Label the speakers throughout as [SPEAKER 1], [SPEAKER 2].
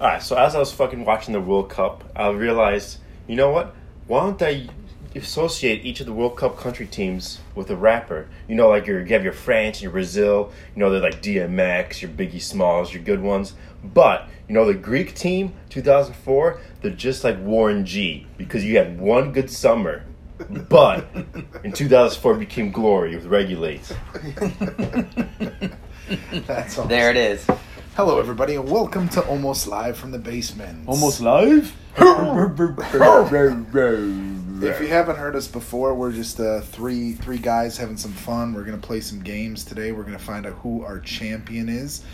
[SPEAKER 1] All right, so as I was fucking watching the World Cup, I realized, you know what? Why don't they associate each of the World Cup country teams with a rapper? You know, like your, you have your France, your Brazil. You know, they're like DMX, your Biggie Smalls, your good ones. But you know, the Greek team, 2004, they're just like Warren G because you had one good summer. But in 2004 it became Glory with Regulate.
[SPEAKER 2] That's awesome.
[SPEAKER 3] There it is.
[SPEAKER 2] Hello, everybody, and welcome to Almost Live from the Basement.
[SPEAKER 4] Almost live?
[SPEAKER 2] If you haven't heard us before, we're just uh, three three guys having some fun. We're gonna play some games today. We're gonna find out who our champion is,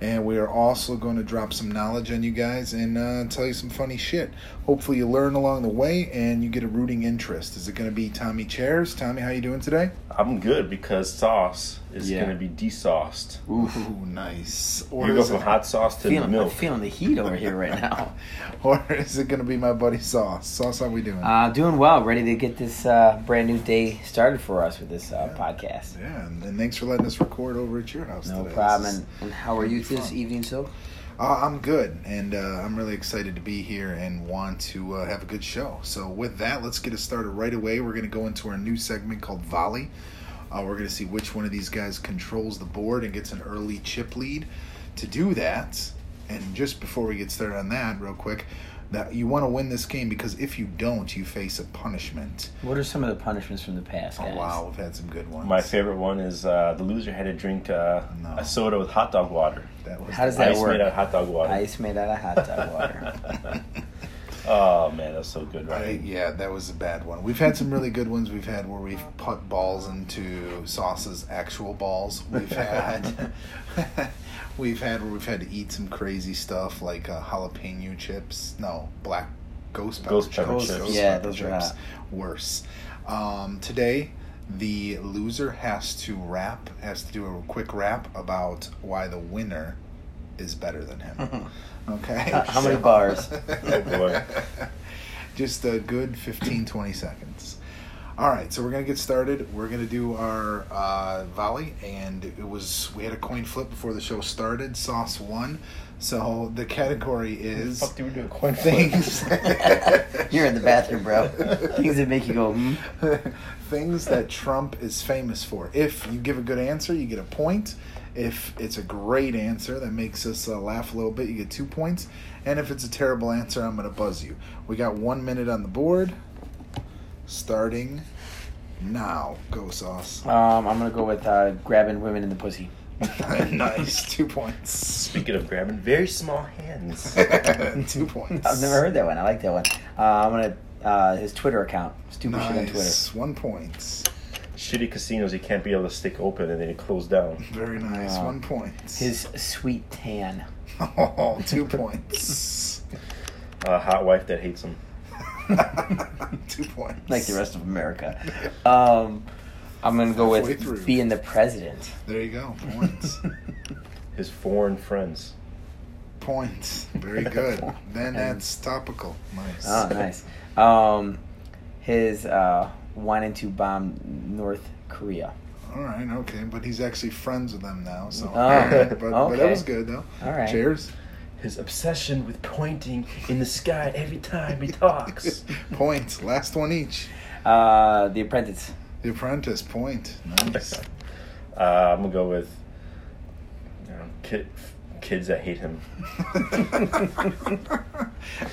[SPEAKER 2] and we are also going to drop some knowledge on you guys and uh, tell you some funny shit. Hopefully, you learn along the way and you get a rooting interest. Is it gonna be Tommy Chairs? Tommy, how you doing today?
[SPEAKER 1] I'm good because sauce is
[SPEAKER 4] Yeah.
[SPEAKER 1] gonna be desauced.
[SPEAKER 2] Ooh, nice. Or
[SPEAKER 1] you go
[SPEAKER 2] is,
[SPEAKER 1] from
[SPEAKER 2] it,
[SPEAKER 1] hot sauce to
[SPEAKER 3] Feeling, I'm
[SPEAKER 1] milk.
[SPEAKER 3] feeling the heat over here right now.
[SPEAKER 2] or is it gonna be my buddy Sauce? Sauce, how we doing?
[SPEAKER 3] Uh, doing well. Ready to get this uh, brand new day started for us with this uh, podcast.
[SPEAKER 2] yeah, and, and thanks for letting us record over at your house.
[SPEAKER 3] No
[SPEAKER 2] today.
[SPEAKER 3] problem.
[SPEAKER 2] This is-
[SPEAKER 3] And, and how are you this evening, so?
[SPEAKER 2] Uh, I'm good, and uh, I'm really excited to be here and want to uh, have a good show. So, with that, let's get it started right away. We're going to go into our new segment called Volley. Uh, we're going to see which one of these guys controls the board and gets an early chip lead. To do that, and just before we get started on that, real quick, that you want to win this game because if you don't, you face a punishment.
[SPEAKER 3] What are some of the punishments from the past,
[SPEAKER 2] Oh
[SPEAKER 3] guys?
[SPEAKER 2] wow, we've had some good ones.
[SPEAKER 1] My favorite one is uh, the loser had to drink uh,
[SPEAKER 2] No.
[SPEAKER 1] a soda with hot dog water.
[SPEAKER 2] That was
[SPEAKER 3] How does that
[SPEAKER 1] Ice
[SPEAKER 3] work?
[SPEAKER 1] made out of hot dog water.
[SPEAKER 3] Ice made out of hot dog water.
[SPEAKER 1] oh man, that's so good,
[SPEAKER 2] I,
[SPEAKER 1] right?
[SPEAKER 2] yeah, that was a bad one. We've had some really good ones. We've had where we've put balls into Sauce's actual balls. We've had we've had where we've had to eat some crazy stuff like uh, jalapeno chips. No, black ghost pepper
[SPEAKER 1] Ghost pepper chips.
[SPEAKER 3] Yeah, those are hot.
[SPEAKER 2] Worse. Um, today, the loser has to rap. Has to do a quick rap about why the winner is better than him. okay.
[SPEAKER 3] How- how many
[SPEAKER 2] So-
[SPEAKER 3] bars?
[SPEAKER 1] Oh boy.
[SPEAKER 2] just a good 15 20 seconds all right so we're gonna get started we're gonna do our uh, volley and it was we had a coin flip before the show started sauce won so the category is
[SPEAKER 1] Fuck, do we do a coin
[SPEAKER 2] things
[SPEAKER 3] You're in the bathroom, bro. Things that make you go, hmm?
[SPEAKER 2] things that trump is famous for if you give a good answer you get a point if it's a great answer that makes us uh, laugh a little bit you get two points and if it's a terrible answer i'm gonna buzz you we got one minute on the board starting now go sauce
[SPEAKER 3] Um, I'm gonna go with uh, grabbing women in the pussy.
[SPEAKER 2] nice two points
[SPEAKER 1] Speaking of grabbing very small hands.
[SPEAKER 2] two points
[SPEAKER 3] I've never heard that one. I like that one. Uh, I'm gonna uh, his Twitter account. Stupid shit on Twitter.
[SPEAKER 2] nice one point
[SPEAKER 1] Shitty casinos you can't be able to stick open and then it closed down.
[SPEAKER 2] very nice
[SPEAKER 3] Wow.
[SPEAKER 2] one point
[SPEAKER 3] His sweet tan.
[SPEAKER 2] oh two points
[SPEAKER 1] A hot wife that hates him.
[SPEAKER 2] two points
[SPEAKER 3] like the rest of America. Um, I'm gonna go
[SPEAKER 2] Halfway through.
[SPEAKER 3] with being the president.
[SPEAKER 2] There you go. Points.
[SPEAKER 1] His foreign friends.
[SPEAKER 2] Points. Very good. Then that's topical. Nice.
[SPEAKER 3] Oh, nice. Um, his uh, wanting to bomb North Korea.
[SPEAKER 2] All right. Okay. But he's actually friends with them now. So.
[SPEAKER 3] Oh,
[SPEAKER 2] but, but that
[SPEAKER 3] okay.
[SPEAKER 2] was good though.
[SPEAKER 3] All right.
[SPEAKER 2] Cheers.
[SPEAKER 1] His obsession with pointing in the sky every time he talks.
[SPEAKER 2] Points. Last one each.
[SPEAKER 3] Uh, the Apprentice.
[SPEAKER 2] The apprentice. Point. Nice.
[SPEAKER 1] Uh, I'm gonna go with you know, kid, kids that hate him.
[SPEAKER 2] Got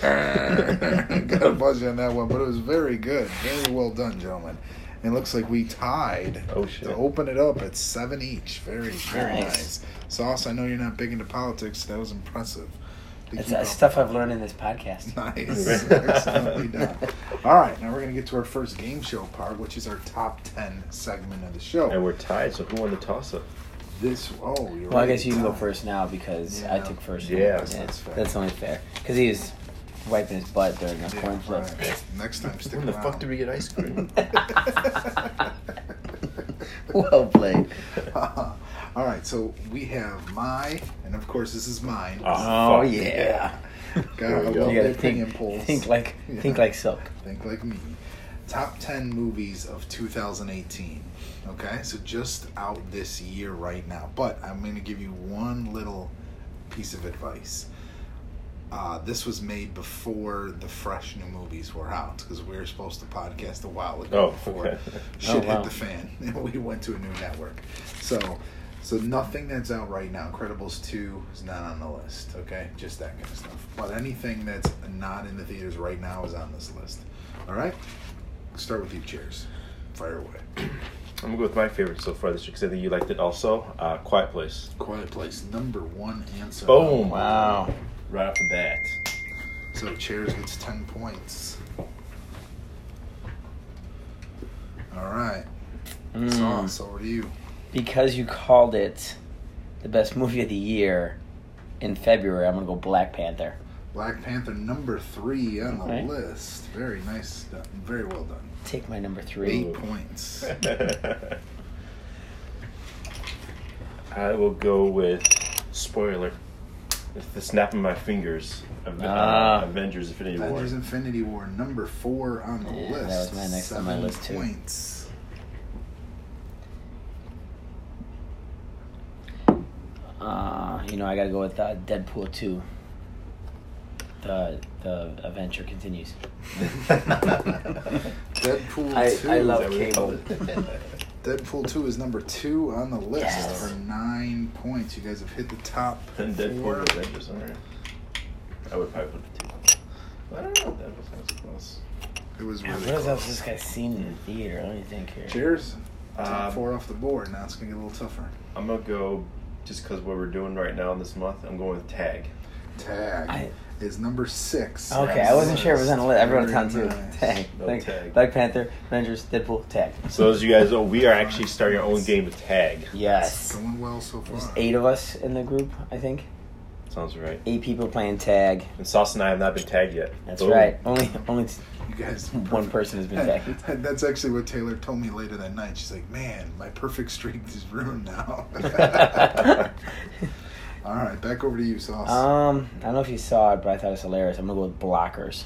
[SPEAKER 2] a buzz you on that one, but it was very good. Very well done, gentlemen. And it looks like we tied
[SPEAKER 1] Oh, shit.
[SPEAKER 2] to open it up at seven each. Very, very nice.
[SPEAKER 3] Nice.
[SPEAKER 2] Sauce, I know you're not big into politics. That was impressive. To
[SPEAKER 3] It's
[SPEAKER 2] keep
[SPEAKER 3] uh,
[SPEAKER 2] up.
[SPEAKER 3] stuff I've learned in this podcast.
[SPEAKER 2] Nice. Excellently done. All right, now we're going to get to our first game show part, which is our top 10 segment of the
[SPEAKER 1] And
[SPEAKER 2] show.
[SPEAKER 1] we're tied, so who won the toss up?
[SPEAKER 2] This, oh, you're
[SPEAKER 3] Well, I
[SPEAKER 2] right.
[SPEAKER 3] guess you can go first now because I
[SPEAKER 2] Yeah.
[SPEAKER 3] took first.
[SPEAKER 1] Yeah,
[SPEAKER 3] that's,
[SPEAKER 2] that's fair.
[SPEAKER 3] only fair. Because he was wiping his butt during the
[SPEAKER 2] Yeah,
[SPEAKER 3] coin flip.
[SPEAKER 2] right. Next time, stick
[SPEAKER 1] When
[SPEAKER 2] around.
[SPEAKER 1] the fuck did we get ice cream?
[SPEAKER 3] well played.
[SPEAKER 2] All right, so we have my, and of course this is mine.
[SPEAKER 3] Oh,
[SPEAKER 1] fuck.
[SPEAKER 3] yeah.
[SPEAKER 1] There
[SPEAKER 2] Got a
[SPEAKER 1] Uh-huh. we go.
[SPEAKER 3] You
[SPEAKER 2] lovely
[SPEAKER 3] gotta
[SPEAKER 2] opinion
[SPEAKER 3] think,
[SPEAKER 2] polls.
[SPEAKER 3] think like think
[SPEAKER 2] Yeah.
[SPEAKER 3] like silk.
[SPEAKER 2] Think like me. Top 10 movies of 2018. Okay, so just out this year right now. But I'm going to give you one little piece of advice. Uh, this was made before the fresh new movies were out because we were supposed to podcast a while ago
[SPEAKER 1] Oh,
[SPEAKER 2] before
[SPEAKER 1] okay.
[SPEAKER 2] shit
[SPEAKER 3] Oh, wow.
[SPEAKER 2] hit the fan and we went to a new network. So, so nothing that's out right now. Incredibles two is not on the list. Okay, just that kind of stuff. But anything that's not in the theaters right now is on this list. All right, start with you. Cheers. Fire away.
[SPEAKER 1] I'm gonna go with my favorite so far this year because I think you liked it also. Uh, Quiet Place.
[SPEAKER 2] Quiet Place number one answer.
[SPEAKER 1] Boom!
[SPEAKER 3] Wow.
[SPEAKER 1] Right off the bat.
[SPEAKER 2] So Cheers gets 10 points. All right.
[SPEAKER 3] Mm.
[SPEAKER 2] Sauce, over to you.
[SPEAKER 3] Because you called it the best movie of the year in February, I'm gonna go Black Panther.
[SPEAKER 2] Black Panther number three on the
[SPEAKER 3] Okay.
[SPEAKER 2] list. Very nice done. Very well done.
[SPEAKER 3] Take my number three.
[SPEAKER 2] Eight points.
[SPEAKER 1] I will go with spoiler. It's the snap of my fingers. Av-
[SPEAKER 3] Ah.
[SPEAKER 1] uh, Avengers Infinity War.
[SPEAKER 2] Avengers Infinity War number four on the
[SPEAKER 3] Yeah, that
[SPEAKER 2] list.
[SPEAKER 3] was my next on
[SPEAKER 2] Seven
[SPEAKER 3] my list, too.
[SPEAKER 2] points.
[SPEAKER 3] Uh, you know, I gotta go with uh, Deadpool two. The the adventure continues.
[SPEAKER 2] Deadpool
[SPEAKER 3] I-
[SPEAKER 2] two.
[SPEAKER 3] I
[SPEAKER 1] Is
[SPEAKER 3] love
[SPEAKER 1] that what you call
[SPEAKER 3] cable.
[SPEAKER 1] it?
[SPEAKER 2] Deadpool two is number two on the list
[SPEAKER 3] Yes.
[SPEAKER 2] for nine points. You guys have hit the top
[SPEAKER 1] And
[SPEAKER 2] four.
[SPEAKER 1] Deadpool and Avengers on there. I would probably put the two. I don't know. That was kind of close.
[SPEAKER 2] It was
[SPEAKER 3] Yeah,
[SPEAKER 2] really
[SPEAKER 3] What else
[SPEAKER 2] close.
[SPEAKER 3] has this guy seen in the theater? Let me think here.
[SPEAKER 2] Cheers. Top
[SPEAKER 1] Um,
[SPEAKER 2] four off the board. Now it's gonna get a little tougher.
[SPEAKER 1] I'm gonna go just because what we're doing right now this month. I'm going with Tag.
[SPEAKER 2] Tag
[SPEAKER 3] I-
[SPEAKER 2] is number six.
[SPEAKER 3] Okay,
[SPEAKER 1] Yes.
[SPEAKER 3] I wasn't sure it was on the list. I wrote it down
[SPEAKER 2] Very
[SPEAKER 3] too.
[SPEAKER 2] nice.
[SPEAKER 3] Tag.
[SPEAKER 1] No
[SPEAKER 3] Thank-
[SPEAKER 1] tag.
[SPEAKER 3] Black Panther, Avengers, Deadpool, tag.
[SPEAKER 1] So as you guys know, we are actually starting our own game of Tag.
[SPEAKER 2] It's
[SPEAKER 3] Yes.
[SPEAKER 2] going well so far.
[SPEAKER 3] There's eight of us in the group, I think.
[SPEAKER 1] Sounds right.
[SPEAKER 3] Eight people playing tag.
[SPEAKER 1] And Sauce and I have not been tagged yet.
[SPEAKER 3] That's
[SPEAKER 1] Boom.
[SPEAKER 3] right. Only, only. t-
[SPEAKER 2] You guys,
[SPEAKER 3] One person has been tagged.
[SPEAKER 2] That's actually what Taylor told me later that night. She's like, "Man, my perfect streak is ruined now." All right, back over to you, Sauce.
[SPEAKER 3] um, I don't know if you saw it, but I thought it was hilarious. I'm gonna go with blockers.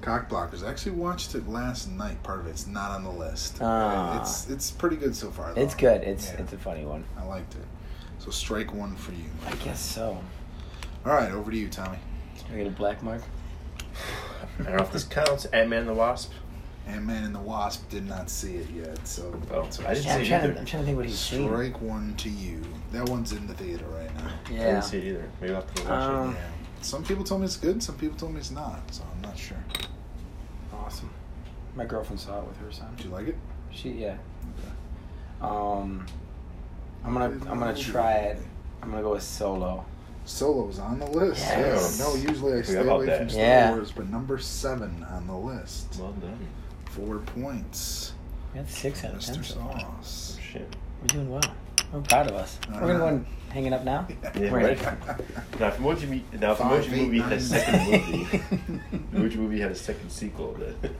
[SPEAKER 2] Cock blockers. I actually watched it last night. Part of it's not on the list.
[SPEAKER 3] Ah.
[SPEAKER 2] It's it's pretty good so far.
[SPEAKER 3] It's
[SPEAKER 1] Oh,
[SPEAKER 2] though.
[SPEAKER 3] good. It's
[SPEAKER 2] Yeah,
[SPEAKER 3] it's a funny one.
[SPEAKER 2] I liked it. So strike one for you.
[SPEAKER 3] I guess so.
[SPEAKER 2] All right, over to you, Tommy.
[SPEAKER 3] Can I get a black mark?
[SPEAKER 1] I don't know if this counts. Ant Man and the Wasp.
[SPEAKER 2] Ant Man and the Wasp did not see it yet, so
[SPEAKER 1] Oh, I didn't
[SPEAKER 3] Yeah, I'm
[SPEAKER 1] see it
[SPEAKER 3] trying,
[SPEAKER 1] either.
[SPEAKER 3] to, I'm trying to think what he's seen.
[SPEAKER 2] strike one to you. That one's in the theater right now.
[SPEAKER 1] I didn't
[SPEAKER 3] Yeah.
[SPEAKER 1] see it either. Maybe I'll have to go watch
[SPEAKER 3] Um,
[SPEAKER 1] it.
[SPEAKER 2] Yeah. Some people told me it's good, some people told me it's not, so I'm not sure.
[SPEAKER 3] Awesome. My girlfriend saw it with her son.
[SPEAKER 2] Did you like it?
[SPEAKER 3] She yeah. Um, I'm gonna I'm gonna try it. I'm gonna go with solo.
[SPEAKER 2] Solo's on the list.
[SPEAKER 3] Yes.
[SPEAKER 2] Yeah. No, usually I stay
[SPEAKER 1] about
[SPEAKER 2] away
[SPEAKER 1] that.
[SPEAKER 2] from Star
[SPEAKER 3] Yeah.
[SPEAKER 2] Wars, but number seven on the list.
[SPEAKER 1] Well done.
[SPEAKER 2] Four points.
[SPEAKER 3] We got six out of ten.
[SPEAKER 2] Mr.
[SPEAKER 3] So far.
[SPEAKER 2] Sauce.
[SPEAKER 1] Shit.
[SPEAKER 3] We're doing well. We're proud of us. We're gonna go and hang it up now.
[SPEAKER 1] Yeah,
[SPEAKER 3] Right.
[SPEAKER 1] right. Now, if Emoji, Me- now, if
[SPEAKER 2] Five,
[SPEAKER 1] Emoji
[SPEAKER 2] eight,
[SPEAKER 1] Movie had
[SPEAKER 2] nine.
[SPEAKER 1] a second movie, Emoji Movie had a second sequel. That,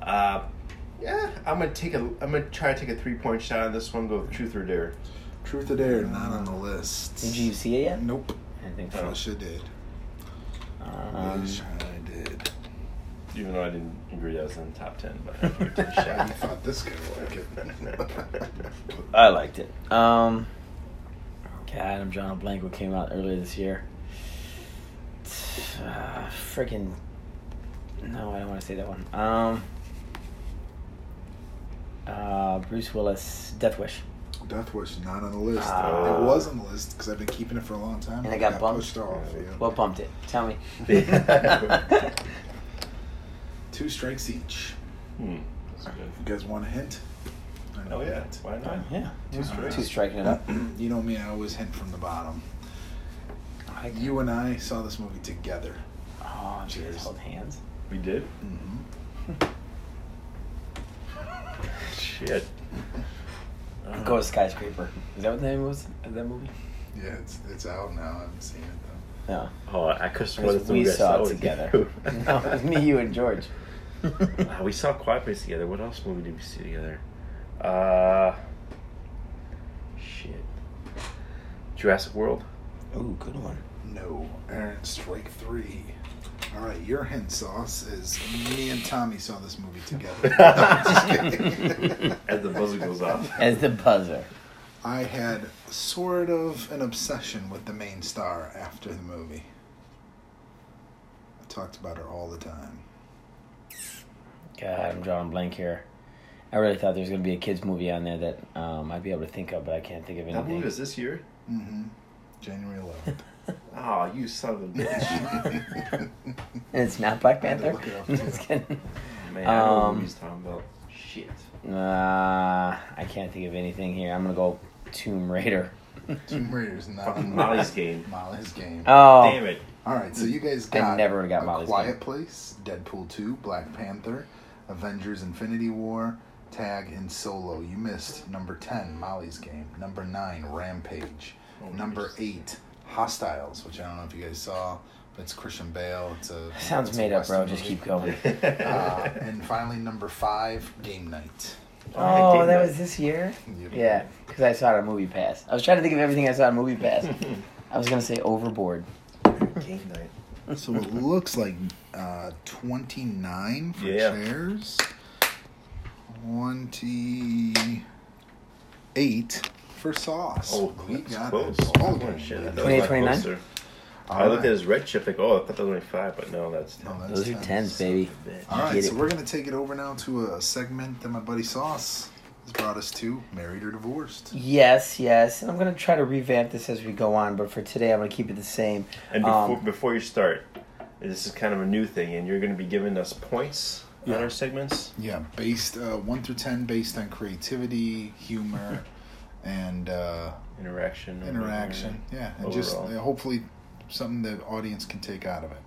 [SPEAKER 1] uh, yeah, I'm gonna take a. I'm gonna try to take a three point shot on this one. Go with Truth or Dare.
[SPEAKER 2] Truth or Dare, not on the list.
[SPEAKER 3] Did you see it yet?
[SPEAKER 2] Nope.
[SPEAKER 3] I think
[SPEAKER 1] Oh.
[SPEAKER 2] I
[SPEAKER 3] so.
[SPEAKER 2] wish I did.
[SPEAKER 3] Um,
[SPEAKER 2] wish I did.
[SPEAKER 1] Even though I didn't agree that was in the top ten, but I gave it a
[SPEAKER 2] I
[SPEAKER 1] shot.
[SPEAKER 2] thought this guy would like it.
[SPEAKER 3] I liked it. Um, God, I'm drawing a blank. What came out earlier this year? Uh, Freaking. No, I don't want to say that one. Um. Uh, Bruce Willis, Death Wish.
[SPEAKER 2] Death Wish not on the list.
[SPEAKER 3] Ah.
[SPEAKER 2] it was on the list because I've been keeping it for a long time.
[SPEAKER 3] And
[SPEAKER 2] but
[SPEAKER 3] it got bumped?
[SPEAKER 2] pushed off.
[SPEAKER 1] Yeah.
[SPEAKER 2] yeah.
[SPEAKER 3] Well, bumped it. Tell me.
[SPEAKER 2] Two strikes each.
[SPEAKER 1] Hmm. That's good.
[SPEAKER 2] You guys want a hint? I
[SPEAKER 1] Oh yeah,
[SPEAKER 2] that.
[SPEAKER 1] why not?
[SPEAKER 3] yeah,
[SPEAKER 1] Two strikes.
[SPEAKER 3] Two striking it up.
[SPEAKER 2] you know me, I always hint from the bottom.
[SPEAKER 3] I like
[SPEAKER 2] You and I saw this movie together.
[SPEAKER 3] Oh, you guys
[SPEAKER 2] Cheers.
[SPEAKER 3] hold hands.
[SPEAKER 1] We did.
[SPEAKER 2] Mm-hmm.
[SPEAKER 1] Shit.
[SPEAKER 3] Go with skyscraper. Is that what the name was of that movie?
[SPEAKER 2] Yeah, it's it's out now. I haven't seen it though.
[SPEAKER 3] No,
[SPEAKER 1] Oh, I could swear
[SPEAKER 3] because
[SPEAKER 1] that
[SPEAKER 3] we saw it together. no, it was me, you, and George.
[SPEAKER 1] Uh, we saw Quiet Place together. What else movie did we see together? Uh, shit. Jurassic World.
[SPEAKER 3] Ooh, good one.
[SPEAKER 2] No, Aaron, strike three. All right, your hint sauce is me and Tommy saw this movie together. No, I'm just kidding.
[SPEAKER 1] As the buzzer goes off.
[SPEAKER 3] As the buzzer.
[SPEAKER 2] I had sort of an obsession with the main star after the movie. talked about her all the time.
[SPEAKER 3] God, I'm drawing a blank here. I really thought there was gonna be a kids movie on there that um, I'd be able to think of, but I can't think of
[SPEAKER 1] That movie
[SPEAKER 3] anything.
[SPEAKER 1] was this year?
[SPEAKER 2] Mm-hmm. January 11th.
[SPEAKER 1] Oh, you son of a bitch.
[SPEAKER 3] And it's not Black
[SPEAKER 2] I had to
[SPEAKER 3] Panther.
[SPEAKER 2] look it up,
[SPEAKER 3] I'm just kidding.
[SPEAKER 1] Man, I know what
[SPEAKER 3] Um,
[SPEAKER 1] he's talking about. Shit.
[SPEAKER 3] Nah, I can't think of anything here. I'm gonna go Tomb Raider.
[SPEAKER 2] Tomb Raider's not
[SPEAKER 1] Fucking
[SPEAKER 2] in
[SPEAKER 1] Molly's game.
[SPEAKER 2] Molly's game.
[SPEAKER 3] Oh,
[SPEAKER 1] Damn it.
[SPEAKER 2] All right, so you guys
[SPEAKER 3] I
[SPEAKER 2] got
[SPEAKER 3] never would've got
[SPEAKER 2] A
[SPEAKER 3] Molly's
[SPEAKER 2] Quiet
[SPEAKER 3] Game.
[SPEAKER 2] Place, Deadpool 2, Black Panther, Avengers Infinity War, Tag, and Solo. You missed number 10, Molly's Game. Number 9, Rampage.
[SPEAKER 1] Oh,
[SPEAKER 2] number
[SPEAKER 1] nice.
[SPEAKER 2] 8, Hostiles, which I don't know if you guys saw, but it's Christian Bale. It's a
[SPEAKER 3] sounds
[SPEAKER 2] it's a
[SPEAKER 3] made up,
[SPEAKER 2] Western
[SPEAKER 3] bro. Just
[SPEAKER 2] movie.
[SPEAKER 3] keep going.
[SPEAKER 2] Uh, and finally, number 5, Game Night.
[SPEAKER 1] I
[SPEAKER 3] Oh,
[SPEAKER 1] gave
[SPEAKER 3] that
[SPEAKER 1] it.
[SPEAKER 3] was this year.
[SPEAKER 2] You-
[SPEAKER 3] Yeah, because I saw it on Movie Pass. I was trying to think of everything I saw on Movie Pass. I was gonna say Overboard.
[SPEAKER 1] Game night.
[SPEAKER 2] So it looks like uh, 29 for
[SPEAKER 1] Yeah.
[SPEAKER 2] chairs, 28 for sauce.
[SPEAKER 1] Oh, that's close.
[SPEAKER 2] all
[SPEAKER 1] Holy
[SPEAKER 2] of
[SPEAKER 1] shit,
[SPEAKER 2] them.
[SPEAKER 1] that was a lot
[SPEAKER 3] 28,
[SPEAKER 1] closer. I looked at his red chip like, oh, I thought that was only five, but no, that's ten.
[SPEAKER 2] No, that's
[SPEAKER 3] Those are
[SPEAKER 2] tense.
[SPEAKER 3] tens, baby.
[SPEAKER 1] Bitch.
[SPEAKER 2] All right,
[SPEAKER 3] Get
[SPEAKER 2] so
[SPEAKER 3] it.
[SPEAKER 2] we're going to take it over now to a segment that my buddy Sauce has brought us to Married or Divorced.
[SPEAKER 3] Yes, yes, and I'm gonna try to revamp this as we go on. But for today, I'm gonna keep it the same.
[SPEAKER 1] And before,
[SPEAKER 3] Um,
[SPEAKER 1] before you start, this is kind of a new thing, and you're going to be giving us points
[SPEAKER 2] Yeah.
[SPEAKER 1] on our segments.
[SPEAKER 2] Yeah, based uh, 1 through 10 based on creativity, humor, and. Uh,
[SPEAKER 1] Interaction.
[SPEAKER 2] interaction. Yeah, and just
[SPEAKER 1] Overall.
[SPEAKER 2] uh, hopefully something the audience can take out of it.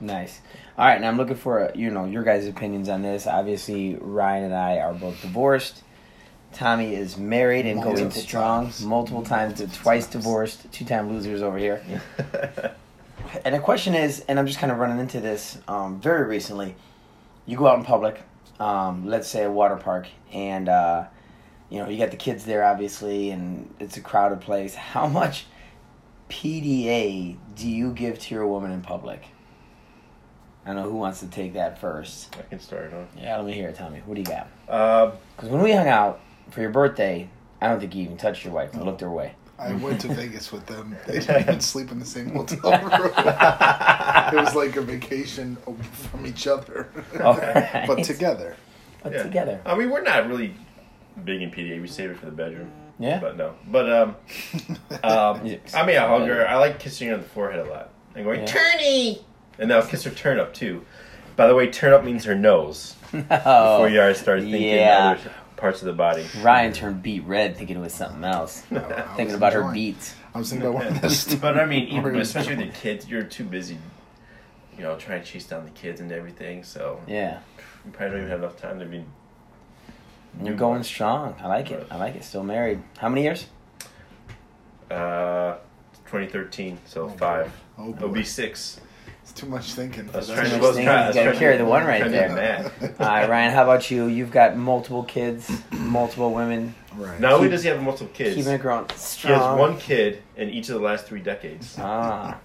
[SPEAKER 3] Nice. All right, and I'm looking for uh, you know your guys' opinions on this. Obviously, Ryan and I are both divorced. Tommy is married and going
[SPEAKER 2] Multiple
[SPEAKER 3] strong,
[SPEAKER 2] times.
[SPEAKER 3] multiple times,
[SPEAKER 2] Multiple
[SPEAKER 3] twice
[SPEAKER 2] times.
[SPEAKER 3] divorced, two-time losers over here.
[SPEAKER 1] Yeah.
[SPEAKER 3] And the question is, and I'm just kind of running into this um, very recently. You go out in public, um, let's say a water park, and uh, you know you got the kids there, obviously, and it's a crowded place. How much PDA do you give to your woman in public? I don't know who wants to take that first.
[SPEAKER 1] I can start on.
[SPEAKER 3] Yeah, let me hear it, Tommy. What do you got?
[SPEAKER 1] Um,
[SPEAKER 3] Because when we hung out for your birthday, I don't think you even touched your wife and looked her way.
[SPEAKER 2] I went to Vegas with them. They didn't even sleep in the same hotel room. it was like a vacation from each other,
[SPEAKER 3] Alright.
[SPEAKER 2] but together.
[SPEAKER 3] But
[SPEAKER 1] Yeah.
[SPEAKER 3] together,
[SPEAKER 1] I mean, we're not really big in PDA. We save it for the bedroom.
[SPEAKER 3] yeah.
[SPEAKER 1] But no. But, um, um I mean, I hug her. I like kissing her on the forehead a lot. I'm going,
[SPEAKER 3] Yeah.
[SPEAKER 1] turny! And I'll kiss her turn up, too. By the way, turn up means her nose. Before you already start thinking
[SPEAKER 3] Oh. yeah.
[SPEAKER 1] other parts of the body.
[SPEAKER 3] Ryan turned beat red thinking it was something else.
[SPEAKER 2] I- I was
[SPEAKER 3] thinking about her
[SPEAKER 2] enjoying-
[SPEAKER 3] beats.
[SPEAKER 2] I was thinking about one of those.
[SPEAKER 1] but I mean, even,
[SPEAKER 2] stories.
[SPEAKER 1] especially with the kids, you're too busy, you know, trying to chase down the kids and everything. So
[SPEAKER 3] Yeah.
[SPEAKER 1] you probably don't even have enough time to be.
[SPEAKER 3] You're going strong. I like it. I like it. Still married. How many years?
[SPEAKER 1] Uh, 2013, so
[SPEAKER 2] Oh, boy.
[SPEAKER 1] five.
[SPEAKER 2] Oh,
[SPEAKER 1] It'll
[SPEAKER 2] boy.
[SPEAKER 1] be six.
[SPEAKER 2] It's too much thinking.
[SPEAKER 1] I was
[SPEAKER 2] for
[SPEAKER 1] trying to
[SPEAKER 2] that.
[SPEAKER 3] much
[SPEAKER 1] both
[SPEAKER 3] thinking.
[SPEAKER 1] try. I was
[SPEAKER 3] You gotta
[SPEAKER 1] trying to-
[SPEAKER 3] carry the one right
[SPEAKER 1] trying to
[SPEAKER 3] there.
[SPEAKER 1] do math.
[SPEAKER 3] All right, Ryan, how about you? You've got multiple kids, multiple women,
[SPEAKER 2] Right.
[SPEAKER 1] Not only does he have multiple kids,
[SPEAKER 3] keeping it growing
[SPEAKER 1] he
[SPEAKER 3] strong.
[SPEAKER 1] has one kid in each of the last three decades.
[SPEAKER 3] Ah,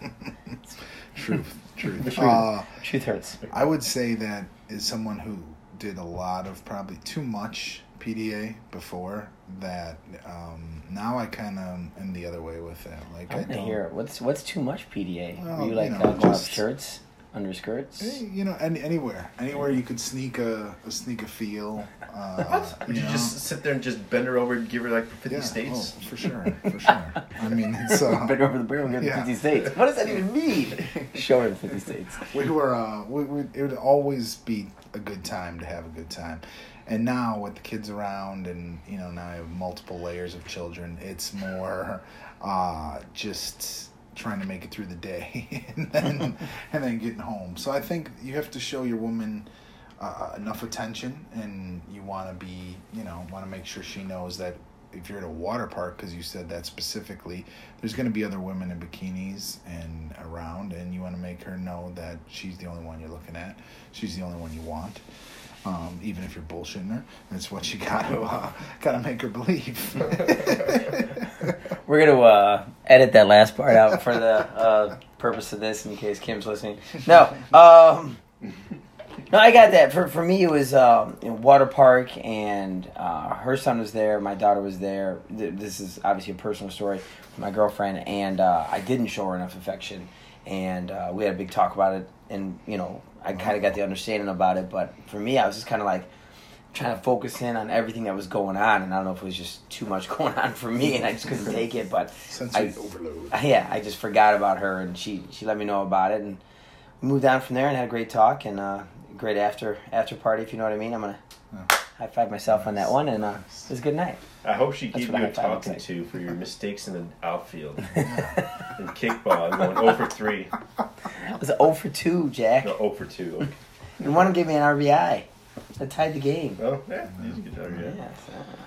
[SPEAKER 2] Truth. Truth.
[SPEAKER 3] Truth.
[SPEAKER 2] Uh,
[SPEAKER 3] truth hurts.
[SPEAKER 2] I would say that is someone who did a lot of probably too much PDA before that. Um, now I kind of am the other way with that. Like
[SPEAKER 3] I
[SPEAKER 2] I,
[SPEAKER 3] want to
[SPEAKER 2] don't.
[SPEAKER 3] hear what's what's too much PDA.
[SPEAKER 2] Well,
[SPEAKER 3] you like
[SPEAKER 2] you know,
[SPEAKER 3] uh, go out
[SPEAKER 2] just-
[SPEAKER 3] shirts, underskirts.
[SPEAKER 2] Eh, You know, any, anywhere, anywhere you could sneak a, a sneak a feel. Uh,
[SPEAKER 1] What? Would you
[SPEAKER 2] know?
[SPEAKER 1] just sit there and just bend her over and give her like 50
[SPEAKER 2] yeah,
[SPEAKER 1] states?
[SPEAKER 2] oh, for sure, for sure. I mean, it's
[SPEAKER 3] Been
[SPEAKER 2] uh,
[SPEAKER 3] over the barrel and get
[SPEAKER 2] yeah.
[SPEAKER 3] 50 states. What does that even mean? Show him 50 states.
[SPEAKER 2] we were uh, we, we, it would always be a good time to have a good time. And now with the kids around, and you know now I have multiple layers of children. It's more uh, just trying to make it through the day, and then and then getting home. So I think you have to show your woman uh, enough attention, and you want to be you know want to make sure she knows that if you're at a water park, because you said that specifically, there's going to be other women in bikinis and around, and you want to make her know that she's the only one you're looking at. She's the only one you want, um, even if you're bullshitting her. That's what you got to uh, got to make her believe.
[SPEAKER 3] We're gonna uh, edit that last part out for the uh, purpose of this, in case Kim's listening. No, um, no, I got that. For for me, it was um, in water park, and uh, her son was there, my daughter was there. Th- This is obviously a personal story, with my girlfriend, and uh, I didn't show her enough affection, and uh, we had a big talk about it. And you know, I kind of got the understanding about it, but for me, I was just kind of like trying to focus in on everything that was going on, and I don't know if it was just too much going on for me, and I just couldn't take it. But
[SPEAKER 2] Sensory
[SPEAKER 3] I-
[SPEAKER 2] overload.
[SPEAKER 3] yeah, I just forgot about her, and she she let me know about it, and we moved on from there and had a great talk and uh, great after after party, if you know what I mean. I'm gonna
[SPEAKER 2] Yeah.
[SPEAKER 3] high five myself on that one, and uh, it was a good night.
[SPEAKER 1] I hope she
[SPEAKER 3] That's
[SPEAKER 1] gave you
[SPEAKER 3] what I
[SPEAKER 1] a
[SPEAKER 3] thought it looked
[SPEAKER 1] talking to
[SPEAKER 3] like.
[SPEAKER 1] for your mistakes in the outfield in kickball. I'm going 0 for 3.
[SPEAKER 3] It was 0 for 2, Jack.
[SPEAKER 1] No, 0 for 2. Okay.
[SPEAKER 3] And one gave me an RBI. That tied the game.
[SPEAKER 1] Well, Oh, yeah, he's a good job, yeah.
[SPEAKER 3] Yeah,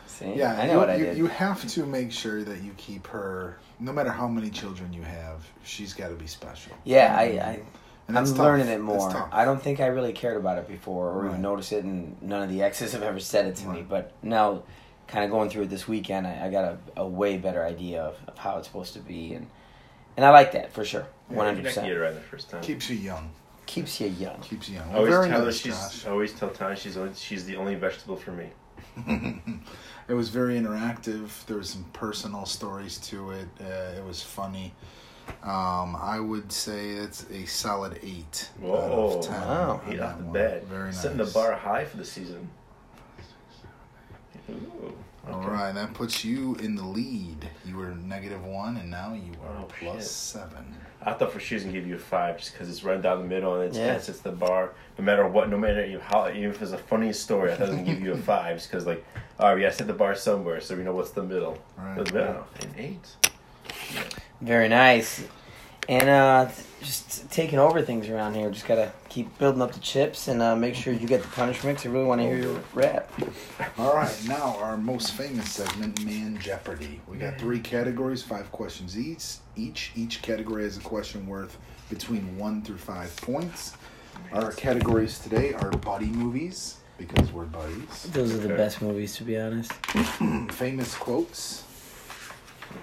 [SPEAKER 3] so, see,
[SPEAKER 2] Yeah,
[SPEAKER 3] I know
[SPEAKER 2] you,
[SPEAKER 3] what I
[SPEAKER 2] you,
[SPEAKER 3] did.
[SPEAKER 2] you have to make sure that you keep her. No matter how many children you have, she's got to be special.
[SPEAKER 3] yeah, I, I
[SPEAKER 2] And
[SPEAKER 3] I'm
[SPEAKER 2] that's tough.
[SPEAKER 3] learning it
[SPEAKER 2] That's
[SPEAKER 3] more.
[SPEAKER 2] tough.
[SPEAKER 3] I don't think I really cared about it before or
[SPEAKER 2] Right.
[SPEAKER 3] even noticed it, and none of the exes have ever said it to me.
[SPEAKER 2] Right.
[SPEAKER 3] But now, kind of going through it this weekend, I, I got a, a way better idea of, of how it's supposed to be, and and I like that for sure,
[SPEAKER 2] Yeah,
[SPEAKER 3] one
[SPEAKER 1] You're
[SPEAKER 3] hundred
[SPEAKER 1] not gonna get it
[SPEAKER 3] percent.
[SPEAKER 1] right the first time.
[SPEAKER 2] keeps you young.
[SPEAKER 3] Keeps you young.
[SPEAKER 2] Keeps you young.
[SPEAKER 1] I always
[SPEAKER 2] Very
[SPEAKER 1] tell her
[SPEAKER 2] nice,
[SPEAKER 1] she's.
[SPEAKER 2] Josh.
[SPEAKER 1] I always tell Tanya she's only, she's the only vegetable for me.
[SPEAKER 2] it was very interactive. There was some personal stories to it. Uh, it was funny. Um, I would say it's a solid eight out
[SPEAKER 1] Whoa.
[SPEAKER 2] of ten.
[SPEAKER 3] Wow.
[SPEAKER 2] on
[SPEAKER 1] He
[SPEAKER 2] that
[SPEAKER 1] off the
[SPEAKER 2] one.
[SPEAKER 1] bed,
[SPEAKER 2] Very nice.
[SPEAKER 1] setting the bar high for the season. Ooh,
[SPEAKER 2] All
[SPEAKER 1] okay.
[SPEAKER 2] right, that puts you in the lead. You were negative one, and now you are
[SPEAKER 1] Oh,
[SPEAKER 2] plus
[SPEAKER 1] shit.
[SPEAKER 2] seven.
[SPEAKER 1] I thought for sure he's gonna give you a five just because it's right down the middle and it's
[SPEAKER 3] Yeah.
[SPEAKER 1] kind of sets the bar. No matter what, no matter you- how, even if it's the funniest story, I thought it was gonna give you a five just because like, all right, we gotta set the bar somewhere so we know what's the middle.
[SPEAKER 2] Right.
[SPEAKER 1] But no, an eight.
[SPEAKER 3] Very nice. And uh, just taking over things around here. Just gotta keep building up the chips and uh, make sure you get the punishments. I really want to hear your rap.
[SPEAKER 2] All right, now our most famous segment, Man Jeopardy. We got three categories, five questions each. Each each category has a question worth between one through five points. Our categories today are buddy movies because we're buddies.
[SPEAKER 3] Those are the
[SPEAKER 1] Okay.
[SPEAKER 3] best movies, to be honest.
[SPEAKER 2] Famous quotes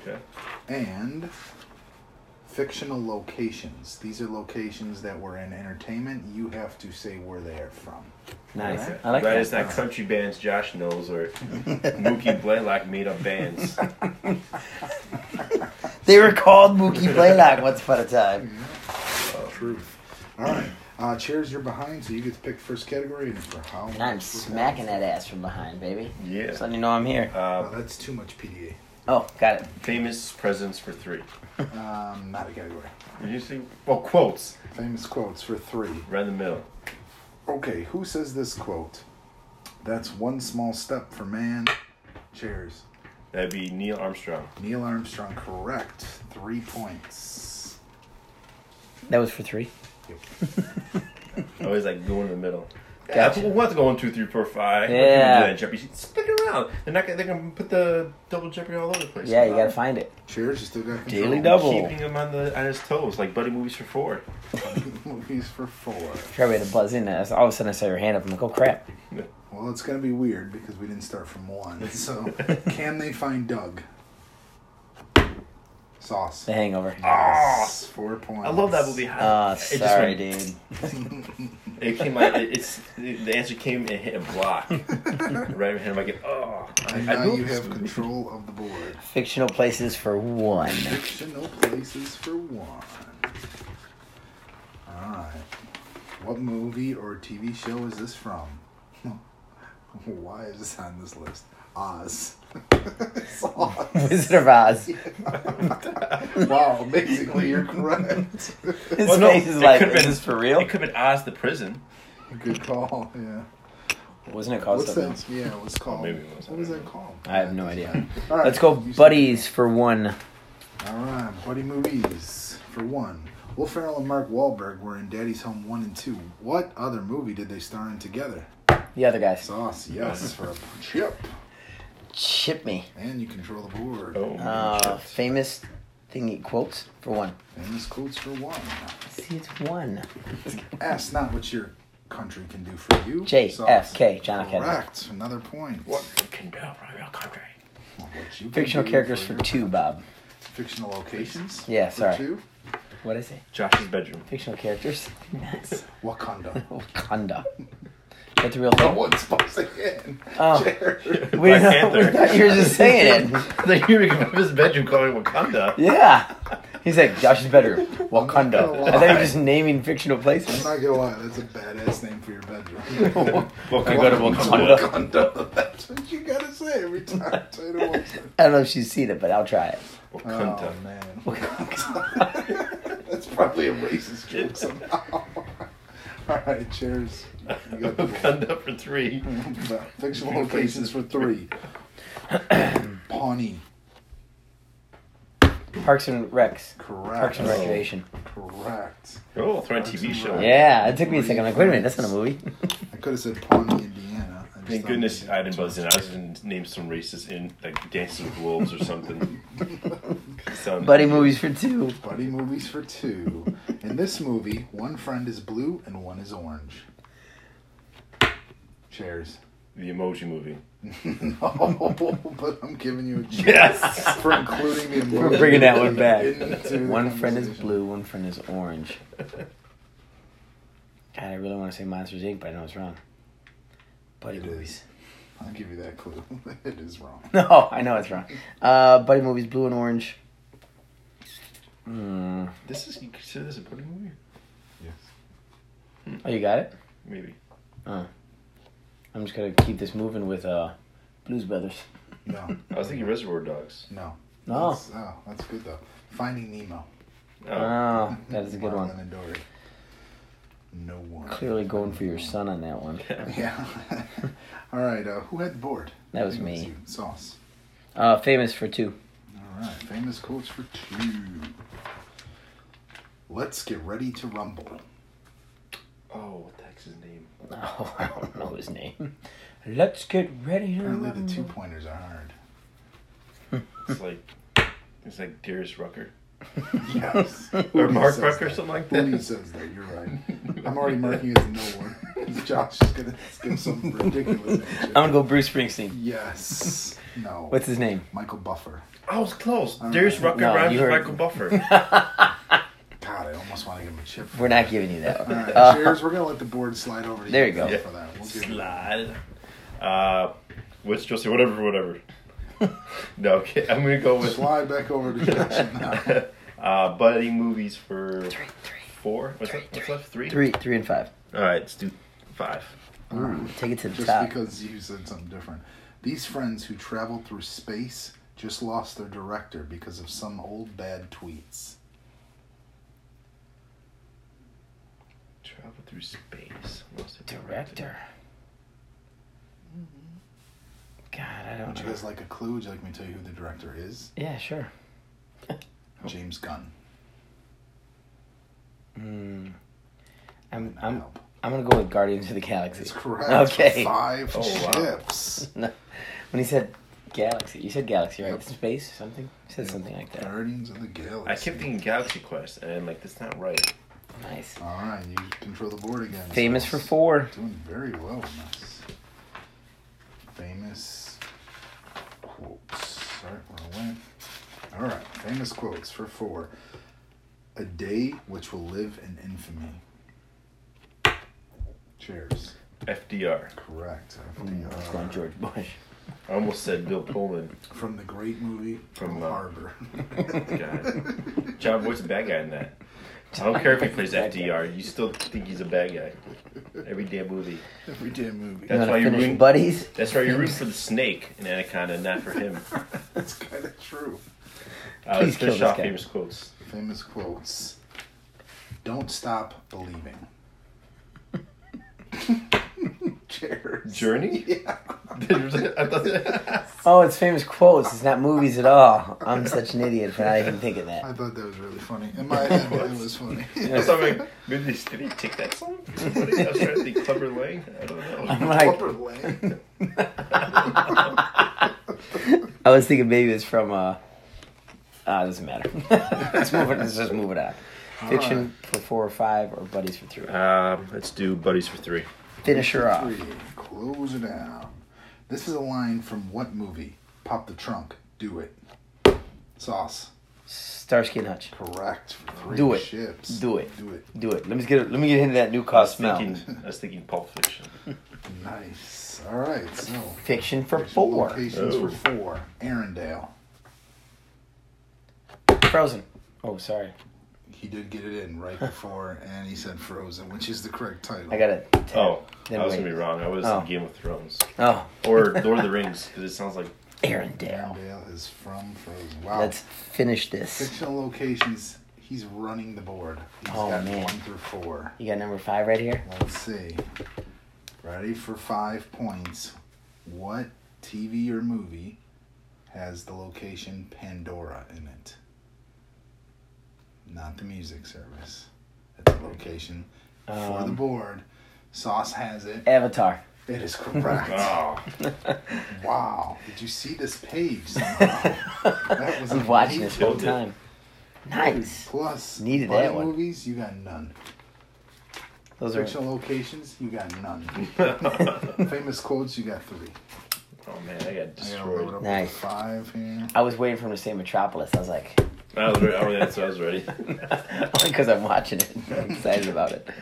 [SPEAKER 1] Okay.
[SPEAKER 2] and fictional locations. These are locations that were in entertainment. You have to say where they are from.
[SPEAKER 3] Nice.
[SPEAKER 1] Okay.
[SPEAKER 3] I like
[SPEAKER 1] That
[SPEAKER 3] that.
[SPEAKER 1] is not country bands Josh knows or Mookie Blaylock made up bands.
[SPEAKER 3] They were called Mookie Blaylock once upon a time.
[SPEAKER 2] Truth. All right. Uh, chairs, you're behind, so you get to pick first category and for how.
[SPEAKER 3] And
[SPEAKER 2] much
[SPEAKER 3] I'm
[SPEAKER 2] we're
[SPEAKER 3] smacking that ass from behind, baby.
[SPEAKER 1] Yeah.
[SPEAKER 3] Just letting you know I'm here.
[SPEAKER 2] Oh,
[SPEAKER 1] Uh,
[SPEAKER 2] that's too much PDA.
[SPEAKER 3] Oh, got it.
[SPEAKER 1] famous presents for three.
[SPEAKER 2] Um, not a category.
[SPEAKER 1] Did you see? Oh, quotes
[SPEAKER 2] Famous quotes for three.
[SPEAKER 1] right in the middle.
[SPEAKER 2] Okay, who says this quote? That's one small step for man. Cheers.
[SPEAKER 1] That'd be Neil Armstrong.
[SPEAKER 2] Neil Armstrong, correct. Three points.
[SPEAKER 3] That was for three.
[SPEAKER 1] I always like go in the middle.
[SPEAKER 3] Gotcha.
[SPEAKER 1] Yeah, people want to go in two, three, four, five. Why
[SPEAKER 3] Yeah.
[SPEAKER 1] people do that in Jeopardy. Spin it around. They're not. gonna- They're gonna put the double Jeopardy all over the place.
[SPEAKER 3] Yeah, you gotta find it.
[SPEAKER 2] Cheers, you still got control.
[SPEAKER 3] Daily double.
[SPEAKER 1] Keeping him on the on his toes, like Buddy movies for four.
[SPEAKER 2] Movies for four.
[SPEAKER 3] Probably had to buzz in. there. All of a sudden, I saw your hand up. I'm like, oh crap.
[SPEAKER 2] Well, it's gonna be weird because we didn't start from one. So, can they find Doug? Sauce.
[SPEAKER 3] The Hangover.
[SPEAKER 2] Yes, four points.
[SPEAKER 1] Ah! I love that movie.
[SPEAKER 3] Oh,
[SPEAKER 1] It Uh, just
[SPEAKER 3] sorry,
[SPEAKER 1] went-
[SPEAKER 3] dude.
[SPEAKER 1] It came like it- it's the answer came and hit a block right in him. I get oh. I,
[SPEAKER 2] And
[SPEAKER 1] I
[SPEAKER 2] now
[SPEAKER 1] know
[SPEAKER 2] you
[SPEAKER 1] this
[SPEAKER 2] have
[SPEAKER 1] movie.
[SPEAKER 2] control of the board.
[SPEAKER 3] Fictional places for one.
[SPEAKER 2] Fictional places for one. Alright. What movie or TV show is this from? Why is this on this list? Oz. Sauce.
[SPEAKER 3] Wizard of Oz. His
[SPEAKER 2] wow, amazingly, you're correct.
[SPEAKER 1] Well, no,
[SPEAKER 3] face is
[SPEAKER 1] it
[SPEAKER 3] like,
[SPEAKER 1] could've
[SPEAKER 3] is
[SPEAKER 1] been-
[SPEAKER 3] this for real?
[SPEAKER 1] It could have been Oz the prison.
[SPEAKER 2] Good call, yeah.
[SPEAKER 3] Wasn't it called
[SPEAKER 2] What's
[SPEAKER 3] something?
[SPEAKER 2] that? Yeah, what's
[SPEAKER 3] Oh,
[SPEAKER 2] called?
[SPEAKER 1] maybe it was, I
[SPEAKER 2] what was
[SPEAKER 1] don't
[SPEAKER 2] that called?
[SPEAKER 3] I have no idea.
[SPEAKER 2] All right,
[SPEAKER 3] Let's go,
[SPEAKER 2] you said-
[SPEAKER 3] buddies, for one.
[SPEAKER 2] All right, buddy movies. For one, Will Ferrell and Mark Wahlberg were in Daddy's Home one and two. What other movie did they star in together?
[SPEAKER 3] The other guys.
[SPEAKER 2] Sauce, yes, for a chip,
[SPEAKER 3] Chip me.
[SPEAKER 2] and you control the board.
[SPEAKER 1] Oh,
[SPEAKER 3] Uh, famous thingy quotes for one.
[SPEAKER 2] And this quote's for one.
[SPEAKER 3] See, it's one.
[SPEAKER 2] Ask not what your country can do for you. Sauce.
[SPEAKER 3] JFK, John F. Kennedy.
[SPEAKER 2] Correct. Another point.
[SPEAKER 1] what you can do for your country?
[SPEAKER 2] What you can
[SPEAKER 3] Fictional
[SPEAKER 2] do
[SPEAKER 3] characters for
[SPEAKER 2] your-
[SPEAKER 3] two, Bob.
[SPEAKER 2] Fictional locations.
[SPEAKER 3] Yeah,
[SPEAKER 2] for
[SPEAKER 3] sorry.
[SPEAKER 2] Two.
[SPEAKER 3] What is it?
[SPEAKER 1] Josh's bedroom.
[SPEAKER 3] Fictional characters. Nice.
[SPEAKER 2] Wakanda.
[SPEAKER 3] Wakanda. That's a real thing.
[SPEAKER 2] No one's supposed to hit.
[SPEAKER 3] Oh.
[SPEAKER 2] Jared.
[SPEAKER 3] We
[SPEAKER 1] Black
[SPEAKER 3] know-
[SPEAKER 1] Panther.
[SPEAKER 3] we thought you were just saying it.
[SPEAKER 1] like you were in his bedroom calling Wakanda.
[SPEAKER 3] Yeah. He's like Josh's bedroom,
[SPEAKER 2] gonna
[SPEAKER 3] Wakanda.
[SPEAKER 2] lie.
[SPEAKER 3] I thought you were just naming fictional
[SPEAKER 2] I'm
[SPEAKER 3] places.
[SPEAKER 2] not gonna lie, that's a badass name for your bedroom.
[SPEAKER 1] Well,
[SPEAKER 3] I go to Wakanda.
[SPEAKER 2] Wakanda. That's what you gotta say every time. Say the Wakanda.
[SPEAKER 3] I don't know if she's seen it, but I'll try it.
[SPEAKER 1] Wakanda.
[SPEAKER 2] Oh, man. That's probably a racist joke somehow. All right, cheers. You got the
[SPEAKER 1] Wakanda for three.
[SPEAKER 2] no, fictional locations for three. Pawnee,
[SPEAKER 3] Parks and Recs. Parks
[SPEAKER 2] correct.
[SPEAKER 3] and Recreation.
[SPEAKER 2] Correct.
[SPEAKER 1] Oh, throw a TV show.
[SPEAKER 3] Yeah, it took me a second. I'm like, wait a minute, that's not a movie.
[SPEAKER 2] I could have said Pawnee, Indiana. I just
[SPEAKER 1] Thank
[SPEAKER 2] thought-
[SPEAKER 1] goodness I didn't buzz in. I was going to name some races in, like Dances with Wolves or something. Sound-
[SPEAKER 3] Buddy movies for two.
[SPEAKER 2] Buddy movies for two. In this movie, one friend is blue and one is orange. Cheers.
[SPEAKER 1] The emoji movie.
[SPEAKER 2] no, but I'm giving you a cheers.
[SPEAKER 1] Yes!
[SPEAKER 2] for including the emoji.
[SPEAKER 3] We're bringing that one back.
[SPEAKER 2] into the
[SPEAKER 3] One friend is
[SPEAKER 2] conversation.
[SPEAKER 3] blue, one friend is orange. God, I really want to say Monsters Inc., but I know it's wrong. Buddy
[SPEAKER 2] It
[SPEAKER 3] movies.
[SPEAKER 2] I'll give you that clue. it is wrong.
[SPEAKER 3] No, I know it's wrong. Uh, buddy movies, blue and orange. Hmm.
[SPEAKER 1] This is, you consider this a buddy movie?
[SPEAKER 2] Yes.
[SPEAKER 3] Oh, you got it?
[SPEAKER 1] Maybe.
[SPEAKER 3] I'm just going to keep this moving with uh, Blues Brothers.
[SPEAKER 2] No.
[SPEAKER 1] I was thinking Reservoir Dogs.
[SPEAKER 2] No.
[SPEAKER 3] No.
[SPEAKER 2] That's, oh, that's good though. Finding Nemo.
[SPEAKER 1] Oh.
[SPEAKER 3] Oh, that is a good
[SPEAKER 2] Marlin
[SPEAKER 3] one.
[SPEAKER 2] and Dory. No one.
[SPEAKER 3] Clearly going for your son on that one.
[SPEAKER 2] Yeah. All right. Uh, who had the board?
[SPEAKER 3] That
[SPEAKER 2] I
[SPEAKER 3] was
[SPEAKER 2] think it
[SPEAKER 3] me.
[SPEAKER 2] you. Sauce.
[SPEAKER 3] Uh, famous for two.
[SPEAKER 2] All right. Famous quotes for two. Let's get ready to rumble.
[SPEAKER 1] oh, what the heck's his name?
[SPEAKER 3] Oh, I don't know his name. Let's get ready to
[SPEAKER 2] Apparently the two
[SPEAKER 3] rumble.
[SPEAKER 2] pointers are hard.
[SPEAKER 1] It's like, it's like Dearest Rucker.
[SPEAKER 2] Yes.
[SPEAKER 1] Or
[SPEAKER 2] Who
[SPEAKER 1] Mark
[SPEAKER 2] says
[SPEAKER 1] Rucker,
[SPEAKER 2] that?
[SPEAKER 1] something like
[SPEAKER 2] Booty
[SPEAKER 1] that.
[SPEAKER 2] says that. You're right. I'm already marking it as no one. Josh is gonna give some ridiculous.
[SPEAKER 3] I'm going to go Bruce Springsteen.
[SPEAKER 2] Yes. No.
[SPEAKER 3] What's his name?
[SPEAKER 2] Michael Buffer?
[SPEAKER 1] I was close.
[SPEAKER 2] don't
[SPEAKER 1] Dearest
[SPEAKER 2] know.
[SPEAKER 1] Rucker
[SPEAKER 3] Um, No,
[SPEAKER 1] rhymes
[SPEAKER 3] you
[SPEAKER 1] with
[SPEAKER 3] heard-
[SPEAKER 1] Michael Buffer.
[SPEAKER 2] God, I almost want to give him a chip.
[SPEAKER 3] We're not giving you that
[SPEAKER 2] All
[SPEAKER 3] one.
[SPEAKER 2] right,
[SPEAKER 3] Uh,
[SPEAKER 2] cheers. We're gonna let the board slide over. To
[SPEAKER 3] There you go.
[SPEAKER 2] though, For that, we'll give you-
[SPEAKER 1] Slide. Uh, what's Josie? Whatever, whatever. no, okay. I'm gonna go with
[SPEAKER 2] slide back over to Josh now.
[SPEAKER 1] uh, buddy movies for
[SPEAKER 3] three, three,
[SPEAKER 1] four. What's, that? What's left? Three.
[SPEAKER 3] three, three and five.
[SPEAKER 1] All right, let's do five.
[SPEAKER 3] Ooh, take it to the
[SPEAKER 2] Just
[SPEAKER 3] top.
[SPEAKER 2] because you said something different. These friends who traveled through space just lost their director because of some old bad tweets.
[SPEAKER 1] Travel through space. Lost it.
[SPEAKER 3] Director.
[SPEAKER 2] Mm-hmm.
[SPEAKER 3] God, I
[SPEAKER 2] Would
[SPEAKER 3] don't
[SPEAKER 2] you
[SPEAKER 3] know.
[SPEAKER 2] guys like a clue? Would you like me to tell you who the director is?
[SPEAKER 3] Yeah, sure.
[SPEAKER 2] James Gunn.
[SPEAKER 3] Mm. I'm,
[SPEAKER 2] Not
[SPEAKER 3] I'm,
[SPEAKER 2] help.
[SPEAKER 3] I'm gonna go with Guardians of the Galaxy.
[SPEAKER 2] That's correct.
[SPEAKER 3] Okay.
[SPEAKER 2] Five
[SPEAKER 1] Oh, wow.
[SPEAKER 2] chips.
[SPEAKER 3] When he said galaxy, you said galaxy, right?
[SPEAKER 2] Yep.
[SPEAKER 3] Space, something. You said something like that.
[SPEAKER 2] Guardians of the Galaxy.
[SPEAKER 1] I kept thinking Galaxy Quest, and I'm like, that's not right.
[SPEAKER 2] Uh-huh.
[SPEAKER 3] Nice.
[SPEAKER 2] All right, you control the board again.
[SPEAKER 3] Famous
[SPEAKER 2] So
[SPEAKER 3] for
[SPEAKER 2] it's
[SPEAKER 3] four.
[SPEAKER 2] Doing very well on this. Famous quotes. All right, we're away. All right, famous quotes for four. A day which will live in infamy. Cheers.
[SPEAKER 1] FDR.
[SPEAKER 2] Correct.
[SPEAKER 3] It's going
[SPEAKER 2] FDR.
[SPEAKER 3] George Bush.
[SPEAKER 1] I almost said Bill Pullman.
[SPEAKER 2] From the great movie
[SPEAKER 1] From,
[SPEAKER 2] From
[SPEAKER 1] uh,
[SPEAKER 2] Harbor.
[SPEAKER 1] God. John Boy's a bad guy in that. I don't care if he plays FDR. You still think he's a bad guy. Every damn movie.
[SPEAKER 2] Every damn movie.
[SPEAKER 1] That's
[SPEAKER 3] you
[SPEAKER 1] why
[SPEAKER 3] wanna
[SPEAKER 1] you're
[SPEAKER 3] finish
[SPEAKER 1] ruin-
[SPEAKER 3] buddies?
[SPEAKER 1] That's right. You're rooting for the snake in Anaconda, not for him.
[SPEAKER 2] That's kind of true.
[SPEAKER 1] Uh,
[SPEAKER 3] Please
[SPEAKER 1] let's
[SPEAKER 3] kill
[SPEAKER 1] finish
[SPEAKER 3] this
[SPEAKER 1] off
[SPEAKER 3] guy.
[SPEAKER 1] famous quotes.
[SPEAKER 2] Famous quotes. Don't stop believing. Cheers.
[SPEAKER 1] Journey?
[SPEAKER 2] Yeah.
[SPEAKER 1] I thought that-
[SPEAKER 3] Oh, it's famous quotes. It's not movies at all. I'm such an idiot for not even thinking
[SPEAKER 2] I
[SPEAKER 3] that.
[SPEAKER 2] thought that was really funny. In my head, it was funny.
[SPEAKER 1] I thought, like, maybe they- did he take that song? What did- I was trying to think Clubber Lang. I don't
[SPEAKER 3] I'm
[SPEAKER 1] know.
[SPEAKER 3] like,
[SPEAKER 2] Clover Lane.
[SPEAKER 3] I was thinking maybe it's from. uh Ah, it doesn't matter. let's move it. Let's just move it out. Fiction for four or five, or buddies for three.
[SPEAKER 1] Um, let's do Buddies for Three.
[SPEAKER 3] Finish her off.
[SPEAKER 2] Three. Close it down. This is a line from what movie? Pop the trunk. Do it. Sauce.
[SPEAKER 3] Starsky and Hutch.
[SPEAKER 2] Correct. Three
[SPEAKER 3] Do it.
[SPEAKER 2] Chips.
[SPEAKER 3] Do it.
[SPEAKER 2] Do it.
[SPEAKER 3] Do it. Let me get. Let me get into that new
[SPEAKER 1] I was
[SPEAKER 3] cost smell.
[SPEAKER 1] thinking, I was thinking Pulp Fiction.
[SPEAKER 2] Nice. All right. So.
[SPEAKER 3] Fiction for
[SPEAKER 2] actual
[SPEAKER 3] four.
[SPEAKER 2] Locations
[SPEAKER 1] Oh.
[SPEAKER 2] for four. Arendelle.
[SPEAKER 3] Frozen. Oh, sorry.
[SPEAKER 2] He did get it in right before, and he said Frozen, which is the correct title.
[SPEAKER 3] I got it.
[SPEAKER 1] Oh,
[SPEAKER 3] Then
[SPEAKER 1] I was
[SPEAKER 3] wait.
[SPEAKER 1] gonna be wrong. I was
[SPEAKER 3] Oh.
[SPEAKER 1] in Game of Thrones
[SPEAKER 3] Oh,
[SPEAKER 1] or Lord of the Rings because it sounds like
[SPEAKER 3] Arendelle.
[SPEAKER 2] Arendelle is from Frozen. Wow.
[SPEAKER 3] Let's Oh. finish this.
[SPEAKER 2] Fictional locations. He's running the board. He's
[SPEAKER 3] Oh,
[SPEAKER 2] got
[SPEAKER 3] man.
[SPEAKER 2] one through four.
[SPEAKER 3] You got number five right here.
[SPEAKER 2] Let's see. Ready for five points. What TV or movie has the location Pandora in it? Not the music service. It's a location for the
[SPEAKER 3] Um,
[SPEAKER 2] board. Sauce has it.
[SPEAKER 3] Avatar.
[SPEAKER 2] It is correct.
[SPEAKER 1] oh,
[SPEAKER 2] wow. Did you see this page? somehow? that was
[SPEAKER 3] I'm watching this whole
[SPEAKER 1] killed it.
[SPEAKER 3] time. Nice.
[SPEAKER 2] Plus,
[SPEAKER 3] Needed
[SPEAKER 2] funny
[SPEAKER 3] that one.
[SPEAKER 2] movies, you got none.
[SPEAKER 3] Those are
[SPEAKER 2] Fictional locations, you got none. Famous quotes, you got three.
[SPEAKER 1] oh man, I got
[SPEAKER 2] I gotta load up
[SPEAKER 1] destroyed.
[SPEAKER 2] with
[SPEAKER 3] Nice.
[SPEAKER 2] five here.
[SPEAKER 3] I was waiting for him to say Metropolis. I was like,
[SPEAKER 1] I was ready. Oh, yeah, so I was ready.
[SPEAKER 3] only because I'm watching it. I'm excited about it.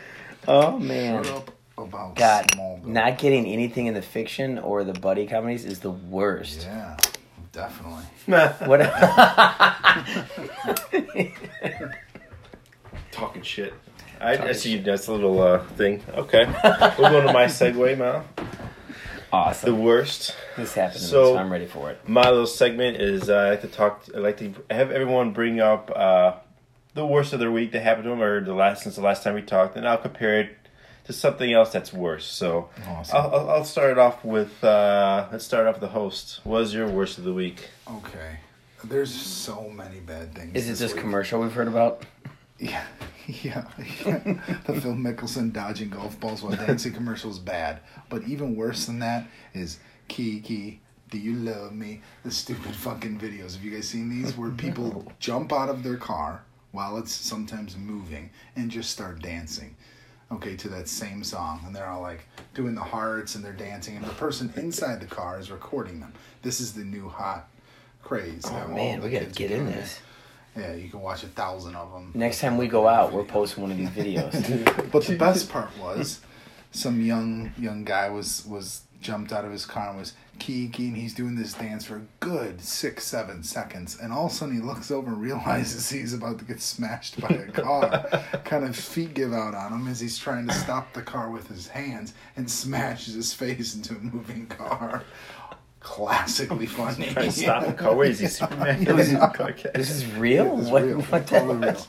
[SPEAKER 3] Oh man,
[SPEAKER 2] Shut up about
[SPEAKER 3] God,
[SPEAKER 2] small goals.
[SPEAKER 3] not getting anything in the fiction or the buddy comedies is the worst.
[SPEAKER 2] Yeah, definitely.
[SPEAKER 3] What?
[SPEAKER 1] Talking shit. I, I see that's a little uh, thing. Okay, we're going to my segue now. The
[SPEAKER 3] awesome.
[SPEAKER 1] worst.
[SPEAKER 3] This happened, so,
[SPEAKER 1] So-
[SPEAKER 3] I'm ready for it.
[SPEAKER 1] My little segment is uh, I like to talk. I like to have everyone bring up uh, the worst of their week that happened to them, or the last since the last time we talked, and I'll compare it to something else that's worse. So
[SPEAKER 2] Awesome.
[SPEAKER 1] I'll, I'll, I'll start it off with uh, let's start off with the host. What is your worst of the week?
[SPEAKER 2] Okay. There's so many bad things.
[SPEAKER 3] Is it this
[SPEAKER 2] week.
[SPEAKER 3] commercial we've heard about?
[SPEAKER 2] Yeah. Yeah, yeah. the Phil Mickelson dodging golf balls while dancing commercial is bad. But even worse than that is Kiki, do you love me? The stupid fucking videos. Have you guys seen these where people jump out of their car while it's sometimes moving and just start dancing? Okay, to that same song, and they're all like doing the hearts and they're dancing, and the person inside the car is recording them. This is the new hot craze.
[SPEAKER 3] Oh man, we gotta get in
[SPEAKER 2] there.
[SPEAKER 3] this.
[SPEAKER 2] Yeah, you can watch a thousand of them.
[SPEAKER 3] Next time we go out, we're posting one of these videos.
[SPEAKER 2] But the best part was, some young young guy was was jumped out of his car and was kiki and he's doing this dance for a good six seven seconds and all of a sudden he looks over and realizes he's about to get smashed by a car kind of feet give out on him as he's trying to stop the car with his hands and smashes his face into a moving car classically funny
[SPEAKER 1] Trying to stop the car. Where is he? Superman. Okay.
[SPEAKER 3] this is real.
[SPEAKER 2] It's
[SPEAKER 3] what?
[SPEAKER 2] real.
[SPEAKER 3] What
[SPEAKER 2] It's
[SPEAKER 3] the
[SPEAKER 2] totally
[SPEAKER 3] hell?
[SPEAKER 2] real.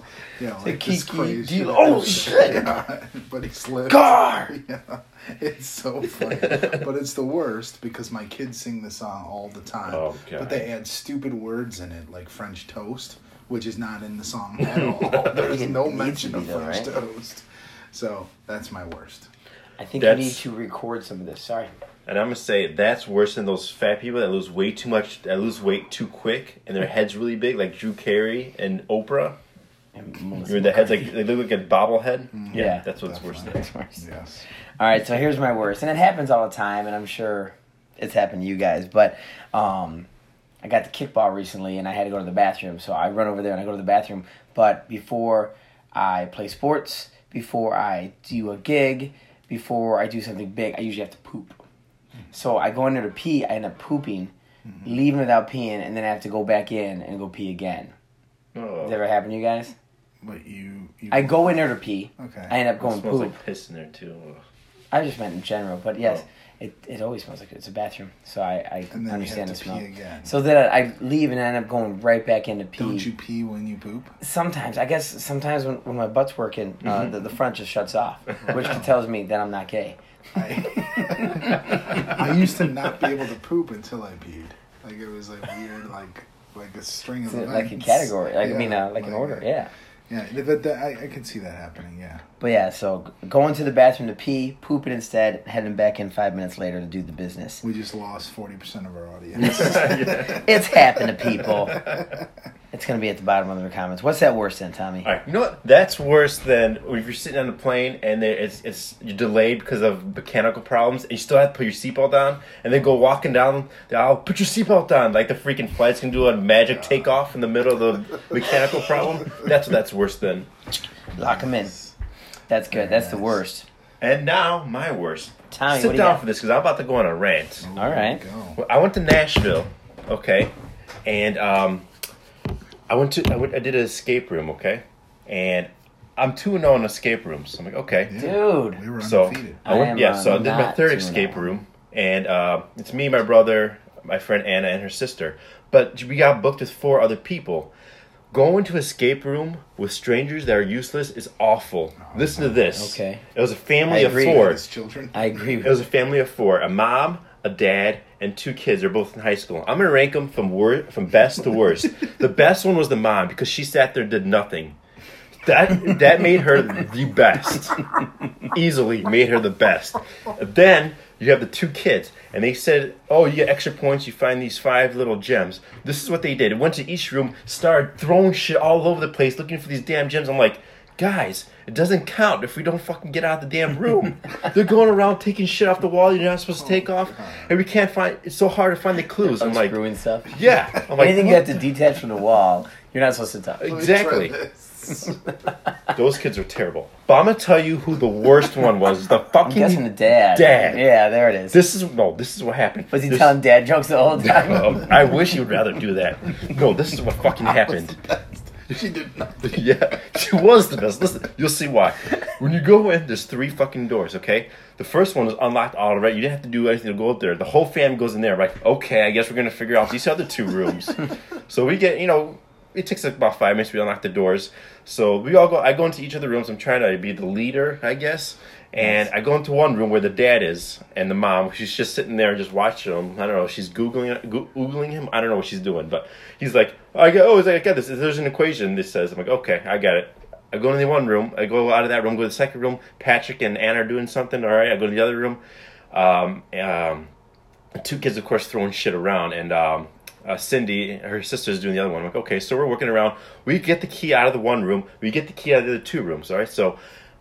[SPEAKER 2] Yeah, like,
[SPEAKER 3] Kiki
[SPEAKER 2] this crazy shit.
[SPEAKER 3] deal- oh, shit.
[SPEAKER 2] Yeah, but he slipped.
[SPEAKER 3] Gar!
[SPEAKER 2] Yeah, it's so funny, but it's the worst because my kids sing the song all the time.
[SPEAKER 1] Oh, God.
[SPEAKER 2] But they add stupid words in it, like French toast, which is not in the song at all. There's
[SPEAKER 3] It
[SPEAKER 2] no
[SPEAKER 3] needs to
[SPEAKER 2] mention
[SPEAKER 3] be
[SPEAKER 2] of
[SPEAKER 3] though,
[SPEAKER 2] French
[SPEAKER 3] right?
[SPEAKER 2] toast. So that's my worst.
[SPEAKER 3] I think we
[SPEAKER 1] That's-
[SPEAKER 3] need to record some of this. Sorry.
[SPEAKER 1] And I'm gonna say that's worse than those fat people that lose way too much, that lose weight too quick, and their heads really big, like Drew Carey and Oprah. You mean the heads like they look like a bobblehead?
[SPEAKER 3] Yeah,
[SPEAKER 1] that's what's worse than.
[SPEAKER 3] That's worse.
[SPEAKER 2] Yes.
[SPEAKER 3] All right, so here's my worst, and it happens all the time, and I'm sure it's happened to you guys. But um, I got the kickball recently, and I had to go to the bathroom, so I run over there and I go to the bathroom. But before I play sports, before I do a gig, before I do something big, I usually have to poop.
[SPEAKER 1] Mm-hmm.
[SPEAKER 3] So I go in there to pee, I end up pooping, leaving without peeing, and then I have to go back in and go pee again.
[SPEAKER 1] Oh,
[SPEAKER 3] Has that ever happened to you guys?
[SPEAKER 2] But you, you
[SPEAKER 3] I go in there to pee,
[SPEAKER 2] Okay.
[SPEAKER 3] I end up
[SPEAKER 1] it
[SPEAKER 3] going
[SPEAKER 1] smells
[SPEAKER 3] poop.
[SPEAKER 1] like piss in there too. Ugh.
[SPEAKER 3] I just meant in general, but yes,
[SPEAKER 1] Oh.
[SPEAKER 3] it, it always smells like it's a bathroom, so I, I
[SPEAKER 2] and then you have
[SPEAKER 3] understand
[SPEAKER 2] to
[SPEAKER 3] the
[SPEAKER 2] pee
[SPEAKER 3] smell.
[SPEAKER 2] again.
[SPEAKER 3] So then I, I leave and I end up going right back in to pee.
[SPEAKER 2] Don't you pee when you poop?
[SPEAKER 3] Sometimes, I guess sometimes when, when my butt's working, uh,
[SPEAKER 2] Mm-hmm.
[SPEAKER 3] the, the front just shuts off, which tells me that I'm not gay.
[SPEAKER 2] I, I used to not be able to poop until I peed. Like it was like weird, like like a string of
[SPEAKER 3] It's like a
[SPEAKER 2] events.
[SPEAKER 3] category, like,
[SPEAKER 2] Yeah,
[SPEAKER 3] I mean, uh, like an order, yeah.
[SPEAKER 2] Yeah, th- but that, I, I could see that happening. Yeah,
[SPEAKER 3] But yeah, so g- going to the bathroom to pee, pooping instead, heading back in five minutes later to do the business.
[SPEAKER 2] we just lost forty percent of our audience.
[SPEAKER 3] It's happened to people. It's gonna be at the bottom of their comments. What's that worse than, Tommy?
[SPEAKER 1] All right, you know what? That's worse than if you're sitting on a plane and there, it's it's you're delayed because of mechanical problems, and you still have to put your seatbelt on, and then go walking down the aisle, put your seatbelt on, like the freaking flight's gonna do a magic takeoff in the middle of the mechanical problem. That's what that's worse than.
[SPEAKER 3] Lock them in. That's good. That's the
[SPEAKER 2] nice.
[SPEAKER 3] worst.
[SPEAKER 1] And now my worst.
[SPEAKER 3] Tommy,
[SPEAKER 1] sit
[SPEAKER 3] what do you
[SPEAKER 1] down
[SPEAKER 3] got?
[SPEAKER 1] for this because I'm about to go on a rant.
[SPEAKER 3] All right.
[SPEAKER 2] Go.
[SPEAKER 1] Well, I went to Nashville, okay, and um, I went to I went I did an escape room, okay, and I'm two and zero in escape rooms. I'm like, okay,
[SPEAKER 3] Dude.
[SPEAKER 2] We were
[SPEAKER 1] so
[SPEAKER 2] undefeated.
[SPEAKER 1] I went,
[SPEAKER 3] I am,
[SPEAKER 1] yeah, so I
[SPEAKER 3] uh,
[SPEAKER 1] did my
[SPEAKER 3] not
[SPEAKER 1] third
[SPEAKER 3] doing that
[SPEAKER 1] escape
[SPEAKER 3] one.
[SPEAKER 1] room, and uh, it's me, my brother, my friend Anna, and her sister. But we got booked with four other people. Going to escape room with strangers that are useless is awful. Listen to this.
[SPEAKER 3] Okay.
[SPEAKER 1] it was a family
[SPEAKER 3] I
[SPEAKER 1] of
[SPEAKER 3] agree.
[SPEAKER 1] four.
[SPEAKER 2] As children.
[SPEAKER 3] I agree
[SPEAKER 1] It was
[SPEAKER 3] with
[SPEAKER 1] a family of four: a mom, a dad, and two kids. They're both in high school. I'm gonna rank them from wor- from best to worst. the best one was the mom because she sat there and did nothing. That that made her the best. Easily made her the best. Then you have the two kids, and they said, "Oh, you get extra points. You find these five little gems." This is what they did. It went to each room, started throwing shit all over the place, looking for these damn gems. I'm like, guys, it doesn't count if we don't fucking get out of the damn room. They're going around taking shit off the wall you're not supposed to take off, and we can't find. It's so hard to find the clues. I'm like,
[SPEAKER 3] unscrewing stuff.
[SPEAKER 1] yeah. I'm like,
[SPEAKER 3] Anything you
[SPEAKER 1] what
[SPEAKER 3] have to detach from the wall, you're not supposed to touch.
[SPEAKER 1] the-
[SPEAKER 2] Let me try
[SPEAKER 1] exactly.
[SPEAKER 2] this.
[SPEAKER 1] Those kids are terrible. But I'm gonna tell you who the worst one was. The
[SPEAKER 3] I'm
[SPEAKER 1] fucking
[SPEAKER 3] guessing the dad.
[SPEAKER 1] Dad.
[SPEAKER 3] Yeah, there it is.
[SPEAKER 1] This is no. This is what happened.
[SPEAKER 3] was he
[SPEAKER 1] This-
[SPEAKER 3] telling dad jokes the whole time?
[SPEAKER 1] Um, I wish you would rather do that. No, this is what fucking happened.
[SPEAKER 2] She did nothing.
[SPEAKER 1] Yeah, she was the best. Listen, you'll see why. When you go in, there's three fucking doors, okay? The first one is unlocked already. You didn't have to do anything to go up there. The whole fam goes in there, like, okay, I guess we're gonna figure out these other two rooms. so we get, you know, it takes like about five minutes. We unlock the doors. So we all go, I go into each of the rooms. I'm trying to be the leader, I guess. And I go into one room where the dad is and the mom. She's just sitting there, just watching him. I don't know. She's googling, Goo- googling him. I don't know what she's doing, but he's like, "I got, oh, I got this. There's an equation. This says." I'm like, "Okay, I got it." I go into the one room. I go out of that room. Go to the second room. Patrick and Anna are doing something. All right. I go to the other room. Um, um, two kids, of course, throwing shit around, and um, uh, Cindy, her sister's doing the other one. I'm like, okay, so we're working around. We get the key out of the one room. We get the key out of the other two rooms. All right, so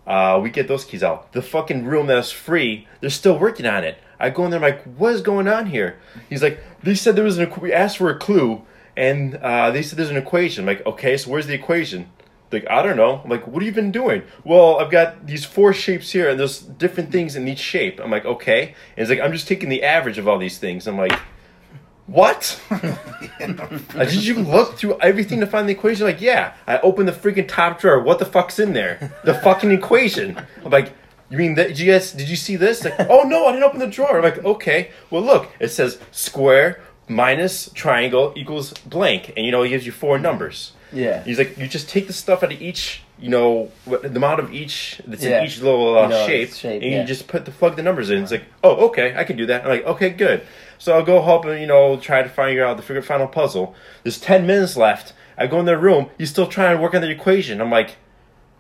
[SPEAKER 1] uh, we get those keys out. The fucking room that's free, they're still working on it. I go in there, I'm like, what is going on here? He's like, they said there was an. equ- We asked for a clue, and uh, they said there's an equation. I'm like, okay, so where's the equation? Like, I don't know. I'm like, what have you been doing? Well, I've got these four shapes here, and there's different things in each shape. I'm like, okay. And it's like, I'm just taking the average of all these things. I'm like, what? Uh, Did you look through everything to find the equation? Like, yeah. I opened the freaking top drawer. What the fuck's in there? The fucking equation. I'm like, you mean that? Did you guys? Did you see this? Like, oh no, I didn't open the drawer. I'm like, okay. Well, look. It says square minus triangle equals blank, and you know it gives you four numbers.
[SPEAKER 3] Yeah.
[SPEAKER 1] He's like, you just take the stuff out of each. You know, what- the amount of each that's
[SPEAKER 3] Yeah.
[SPEAKER 1] in each little uh,
[SPEAKER 3] You know,
[SPEAKER 1] shape,
[SPEAKER 3] it's shape,
[SPEAKER 1] and you
[SPEAKER 3] yeah.
[SPEAKER 1] just put the plug the numbers in. It's like, oh, okay, I can do that. I'm like, okay, good. So I'll go help and you know try to figure out the figure final puzzle. There's ten minutes left. I go in their room. He's still trying to work on the equation. I'm like,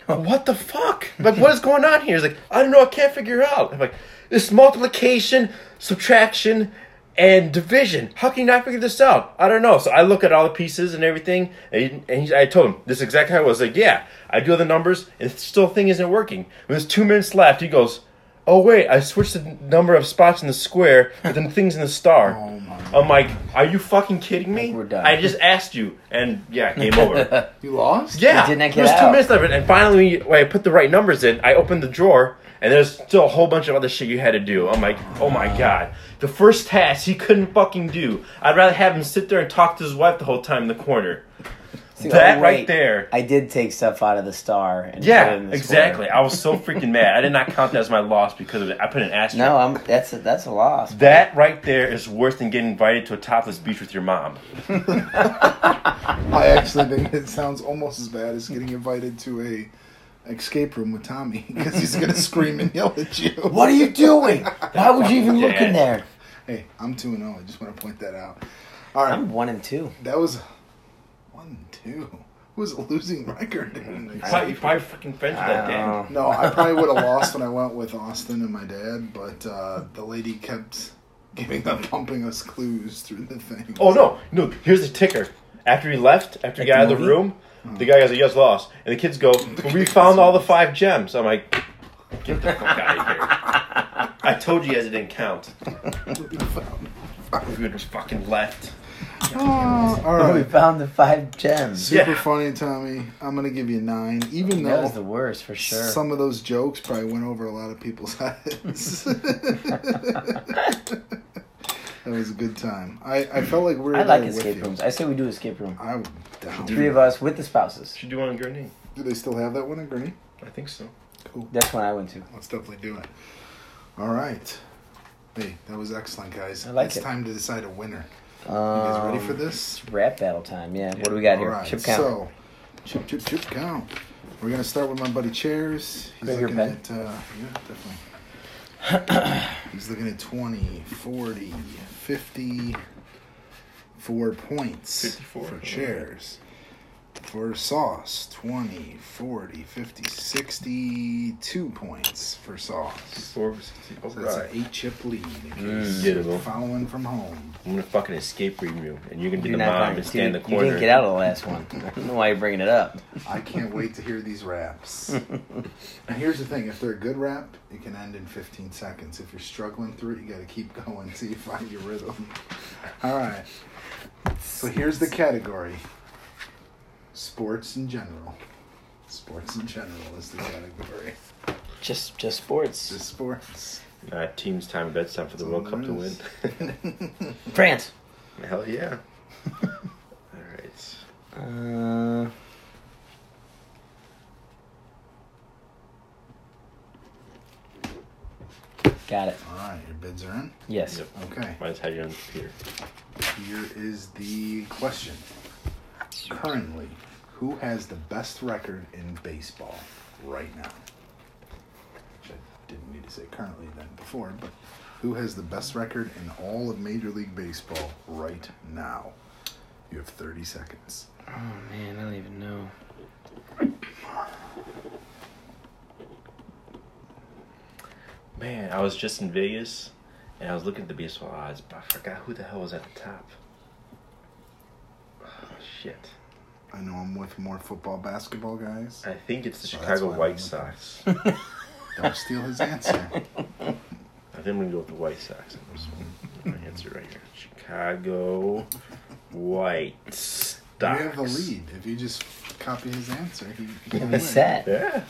[SPEAKER 1] what the fuck? I'm like, what is going on here? He's like, I don't know. I can't figure it out. I'm like, it's multiplication, subtraction, and division. How can you not figure this out? I don't know. So I look at all the pieces and everything, and, he, and he, I told him this is exactly how it was. Like, yeah, I do the numbers, and still thing isn't working. When there's two minutes left, he goes. Oh wait! I switched the number of spots in the square, but then things in the star. I'm like, are you fucking kidding me?
[SPEAKER 3] Oh We're done.
[SPEAKER 1] I just asked you, and yeah, game over.
[SPEAKER 2] You lost?
[SPEAKER 1] Yeah,
[SPEAKER 3] They did not get
[SPEAKER 1] there's two
[SPEAKER 3] out.
[SPEAKER 1] minutes left, and finally, when I put the right numbers in, I opened the drawer, and there's still a whole bunch of other shit you had to do. I'm like, oh my god, the first task he couldn't fucking do. I'd rather have him sit there and talk to his wife the whole time in the corner.
[SPEAKER 3] See,
[SPEAKER 1] that
[SPEAKER 3] oh,
[SPEAKER 1] right
[SPEAKER 3] wait,
[SPEAKER 1] there.
[SPEAKER 3] I did take stuff out of the star. And put it
[SPEAKER 1] Yeah,
[SPEAKER 3] in the
[SPEAKER 1] exactly.
[SPEAKER 3] square.
[SPEAKER 1] I was so freaking mad. I did not count that as my loss because of it. I put an asterisk.
[SPEAKER 3] No, I'm. That's a, that's a loss.
[SPEAKER 1] That right there is worse than getting invited to a topless beach with your mom.
[SPEAKER 2] I actually think it sounds almost as bad as getting invited to a escape room with Tommy because he's gonna scream and yell at you.
[SPEAKER 3] What are you doing? Why would you even look in there?
[SPEAKER 2] Hey, I'm two and zero. I just want to point that out. All right,
[SPEAKER 3] I'm one and two.
[SPEAKER 2] that was one two. Who was a losing record? in an
[SPEAKER 1] Probably,
[SPEAKER 2] escape room?
[SPEAKER 1] probably fucking friends with that
[SPEAKER 3] I
[SPEAKER 1] damn.
[SPEAKER 3] don't know.
[SPEAKER 2] No, I probably would have lost when I went with Austin and my dad, but uh, the lady kept giving up, pumping us clues through the thing.
[SPEAKER 1] Oh no, no. Here's the ticker. After he left, after he
[SPEAKER 3] Like
[SPEAKER 1] got out
[SPEAKER 3] the
[SPEAKER 1] of the
[SPEAKER 3] movie? Oh.
[SPEAKER 1] room, the guy goes, "You guys lost," and the kids go, "But we found all the five gems." I'm like, "Get the fuck out of here!" I told you guys it didn't count. We just fucking left.
[SPEAKER 2] Oh, all
[SPEAKER 3] We
[SPEAKER 2] right.
[SPEAKER 3] found the five gems.
[SPEAKER 2] Super
[SPEAKER 1] Yeah.
[SPEAKER 2] funny, Tommy. I'm gonna give you nine, even
[SPEAKER 3] That
[SPEAKER 2] though
[SPEAKER 3] was the worst for sure.
[SPEAKER 2] some of those jokes probably went over a lot of people's heads. That was a good time. I, I felt like we were
[SPEAKER 3] I like
[SPEAKER 2] there with
[SPEAKER 3] escape
[SPEAKER 2] you.
[SPEAKER 3] rooms. I say we do escape room.
[SPEAKER 2] I would down.
[SPEAKER 3] Three of us with the spouses.
[SPEAKER 1] Should do one in your name.
[SPEAKER 2] Do they still have that one in Gurney?
[SPEAKER 1] I think so.
[SPEAKER 2] Cool.
[SPEAKER 3] That's when I went to.
[SPEAKER 2] Let's definitely do it. All right. Hey, that was excellent, guys.
[SPEAKER 3] I like
[SPEAKER 2] it's
[SPEAKER 3] it.
[SPEAKER 2] time to decide a winner. You
[SPEAKER 3] Um,
[SPEAKER 2] guys ready for this?
[SPEAKER 3] Rap battle time. Yeah. What do we got
[SPEAKER 2] All
[SPEAKER 3] here?
[SPEAKER 2] right.
[SPEAKER 3] Chip count.
[SPEAKER 2] So, chip, chip, chip, count. We're going to start with my buddy Chairs. He's
[SPEAKER 3] Grab your
[SPEAKER 2] looking
[SPEAKER 3] pen.
[SPEAKER 2] at, uh, yeah, definitely. He's looking at 20, 40, 54 points
[SPEAKER 1] 54,
[SPEAKER 2] for
[SPEAKER 1] alright.
[SPEAKER 2] Chairs. For Sauce, 20, 40, 50, 62 points for Sauce.
[SPEAKER 1] Four for 60. All
[SPEAKER 2] So that's
[SPEAKER 1] right.
[SPEAKER 2] an eight chip lead. In
[SPEAKER 1] Mm.
[SPEAKER 2] case
[SPEAKER 1] Gettable.
[SPEAKER 2] following from home.
[SPEAKER 1] I'm gonna fucking escape from you, and you're gonna be
[SPEAKER 3] You're
[SPEAKER 1] the
[SPEAKER 3] not
[SPEAKER 1] mom
[SPEAKER 3] gonna-
[SPEAKER 1] and stand in
[SPEAKER 3] dude,
[SPEAKER 1] the
[SPEAKER 3] You
[SPEAKER 1] corner.
[SPEAKER 3] didn't get out of the last one. I don't know why you're bringing it up.
[SPEAKER 2] I can't wait to hear these raps. and here's the thing if they're a good rap, it can end in 15 seconds. If you're struggling through it, you got to keep going until you find your rhythm. All right. So here's the category sports in general. Sports in general is the category.
[SPEAKER 3] Just, just sports.
[SPEAKER 2] Just sports.
[SPEAKER 1] Uh, team's time, bedtime for the World Cup to win.
[SPEAKER 3] France.
[SPEAKER 1] Hell yeah. All right.
[SPEAKER 3] Uh, got it.
[SPEAKER 2] All right, your bids are in.
[SPEAKER 3] Yes.
[SPEAKER 1] Yep.
[SPEAKER 2] Okay.
[SPEAKER 1] Mine's had you on the computer.
[SPEAKER 2] Here is the question. Currently, who has the best record in baseball right now? Which I didn't need to say currently then before, but who has the best record in all of Major League Baseball right now? You have 30 seconds.
[SPEAKER 3] Oh man, I don't even know.
[SPEAKER 1] Man, I was just in Vegas, and I was looking at the baseball odds, but I forgot who the hell was at the top. Oh, shit.
[SPEAKER 2] I know I'm with more football basketball guys.
[SPEAKER 1] I think it's the
[SPEAKER 2] So that's why
[SPEAKER 1] Chicago
[SPEAKER 2] I'm
[SPEAKER 1] White
[SPEAKER 2] looking.
[SPEAKER 1] Sox.
[SPEAKER 2] Don't steal his answer.
[SPEAKER 1] I think I'm gonna go with the White Sox on this one.
[SPEAKER 2] Mm-hmm.
[SPEAKER 1] My answer right here: Chicago White Sox.
[SPEAKER 2] You have the lead. If you just copy his answer, he he can
[SPEAKER 3] It
[SPEAKER 2] win.
[SPEAKER 3] was set.
[SPEAKER 1] Yeah.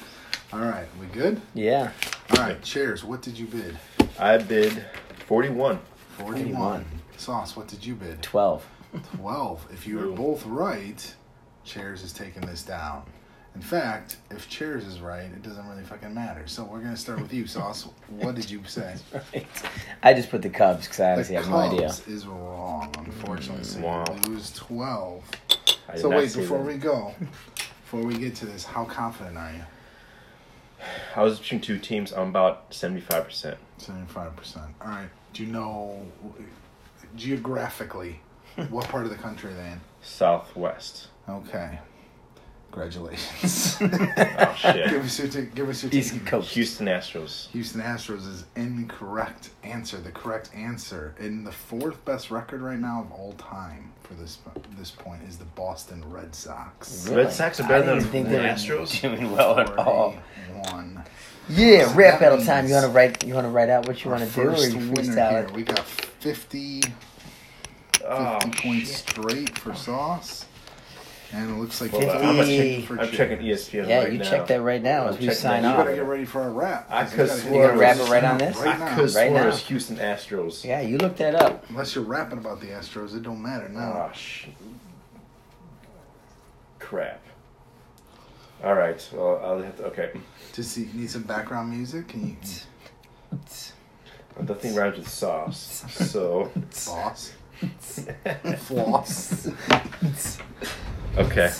[SPEAKER 2] All right, we good?
[SPEAKER 3] Yeah.
[SPEAKER 2] All right, cheers. What did you bid?
[SPEAKER 1] I bid 41.
[SPEAKER 2] 41.
[SPEAKER 3] 41.
[SPEAKER 2] Sauce, what did you bid?
[SPEAKER 3] Twelve.
[SPEAKER 2] 12. If you are
[SPEAKER 1] Ooh.
[SPEAKER 2] both right, Chairs is taking this down. In fact, if Chairs is right, it doesn't really fucking matter. So we're going to start with you, Sauce. What did you say?
[SPEAKER 3] Right. I just put the Cubs because I
[SPEAKER 2] The
[SPEAKER 3] honestly have no idea.
[SPEAKER 2] Cubs is wrong, unfortunately. So
[SPEAKER 1] Mm, Wow.
[SPEAKER 2] you lose 12.
[SPEAKER 1] I did
[SPEAKER 2] So
[SPEAKER 1] not
[SPEAKER 2] wait,
[SPEAKER 1] say
[SPEAKER 2] before
[SPEAKER 1] that.
[SPEAKER 2] we go, before we get to this, how confident are you?
[SPEAKER 1] I was between two teams. I'm about 75%.
[SPEAKER 2] 75%. All right. Do you know geographically what part of the country are they in?
[SPEAKER 1] Southwest.
[SPEAKER 2] Okay. Congratulations.
[SPEAKER 1] Oh,
[SPEAKER 2] Give
[SPEAKER 1] shit.
[SPEAKER 2] us your t- give us your
[SPEAKER 3] East
[SPEAKER 2] team.
[SPEAKER 3] Coast.
[SPEAKER 1] Houston Astros.
[SPEAKER 2] Houston Astros is incorrect answer. The correct answer in the fourth best record right now of all time for this this point is the Boston Red Sox.
[SPEAKER 1] Red Sox are better
[SPEAKER 3] I didn't
[SPEAKER 1] than
[SPEAKER 3] think
[SPEAKER 1] the
[SPEAKER 3] they were
[SPEAKER 1] Astros?
[SPEAKER 3] Doing well at all.
[SPEAKER 2] One.
[SPEAKER 3] Yeah,
[SPEAKER 2] So that
[SPEAKER 3] rap battle time. You
[SPEAKER 2] means
[SPEAKER 3] want to write? You want to write out what you
[SPEAKER 2] Our
[SPEAKER 3] want to do, or
[SPEAKER 2] first
[SPEAKER 3] you
[SPEAKER 2] winner
[SPEAKER 3] freestyle
[SPEAKER 2] here.
[SPEAKER 3] it?
[SPEAKER 2] We got 50, 50
[SPEAKER 1] Oh,
[SPEAKER 2] points
[SPEAKER 1] shit.
[SPEAKER 2] straight for Sauce, and it looks like
[SPEAKER 1] Hold on,
[SPEAKER 2] 50
[SPEAKER 1] I'm, gonna
[SPEAKER 3] Fifty.
[SPEAKER 1] check,
[SPEAKER 2] for
[SPEAKER 1] I'm checking E
[SPEAKER 2] Chairs.
[SPEAKER 1] ESPN
[SPEAKER 3] Yeah,
[SPEAKER 1] right
[SPEAKER 3] you
[SPEAKER 1] now.
[SPEAKER 3] check that right now
[SPEAKER 1] I'm
[SPEAKER 3] as we
[SPEAKER 1] checking
[SPEAKER 3] sign
[SPEAKER 1] that.
[SPEAKER 2] You
[SPEAKER 3] off.
[SPEAKER 2] better get ready for a wrap.
[SPEAKER 1] I
[SPEAKER 2] You
[SPEAKER 1] could
[SPEAKER 2] gotta hit
[SPEAKER 1] swear- You gonna wrap
[SPEAKER 2] those
[SPEAKER 1] it right
[SPEAKER 3] on
[SPEAKER 2] numbers
[SPEAKER 3] this?
[SPEAKER 2] right
[SPEAKER 1] I
[SPEAKER 2] now.
[SPEAKER 1] could have
[SPEAKER 3] Right
[SPEAKER 1] sworn
[SPEAKER 3] now.
[SPEAKER 1] it was Houston Astros.
[SPEAKER 3] Yeah, you looked that up.
[SPEAKER 2] Unless you're rapping about the Astros, it don't matter now.
[SPEAKER 1] Oh, sh- crap. All right. Well, I'll have to. Okay.
[SPEAKER 2] Just see, need some background music. Can you,
[SPEAKER 1] Nothing rhymes with sauce. So.
[SPEAKER 2] floss, floss.
[SPEAKER 1] Okay.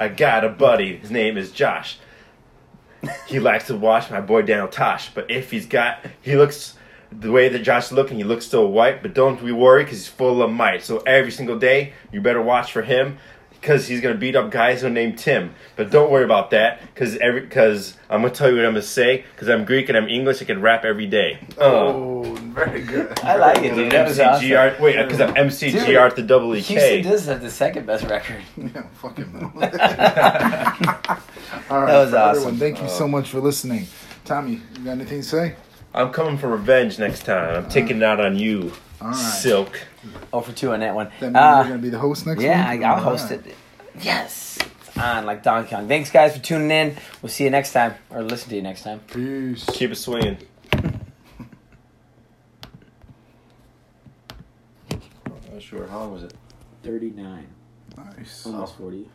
[SPEAKER 1] I got a buddy. His name is Josh. He likes to watch my boy Daniel Tosh. But if he's got, he looks the way that Josh is looking. He looks so white. But don't be worried, because he's full of might. So every single day, you better watch for him, because he's gonna beat up guys who are named Tim. But don't worry about that, because every, because I'm gonna tell you what I'm gonna say, because I'm Greek and I'm English. I can rap every day. Oh.
[SPEAKER 2] Oh, very good.
[SPEAKER 3] I like it, dude. That was
[SPEAKER 1] MCGR
[SPEAKER 3] awesome.
[SPEAKER 1] Wait, because I'm MCGR to double E EK.
[SPEAKER 3] Houston does have the second best record.
[SPEAKER 2] Yeah, fucking. All right, that
[SPEAKER 3] was awesome. Oh.
[SPEAKER 2] Thank you so much for listening. Tommy, you got anything to say?
[SPEAKER 1] I'm coming for revenge next time. I'm taking it out on you,
[SPEAKER 2] All right.
[SPEAKER 1] Silk.
[SPEAKER 3] Oh for two on that one.
[SPEAKER 2] That means
[SPEAKER 3] Uh,
[SPEAKER 2] you're gonna be the host next.
[SPEAKER 3] yeah, I,
[SPEAKER 2] week?
[SPEAKER 3] I'll
[SPEAKER 2] All
[SPEAKER 3] host
[SPEAKER 2] right.
[SPEAKER 3] it. Yes. on like Donkey Kong. Thanks, guys, for tuning in. We'll see you next time, or listen to you next time.
[SPEAKER 2] Peace.
[SPEAKER 1] Keep it swinging. Not sure. How long was it?
[SPEAKER 3] Thirty nine,
[SPEAKER 2] Nice.
[SPEAKER 1] almost
[SPEAKER 3] forty.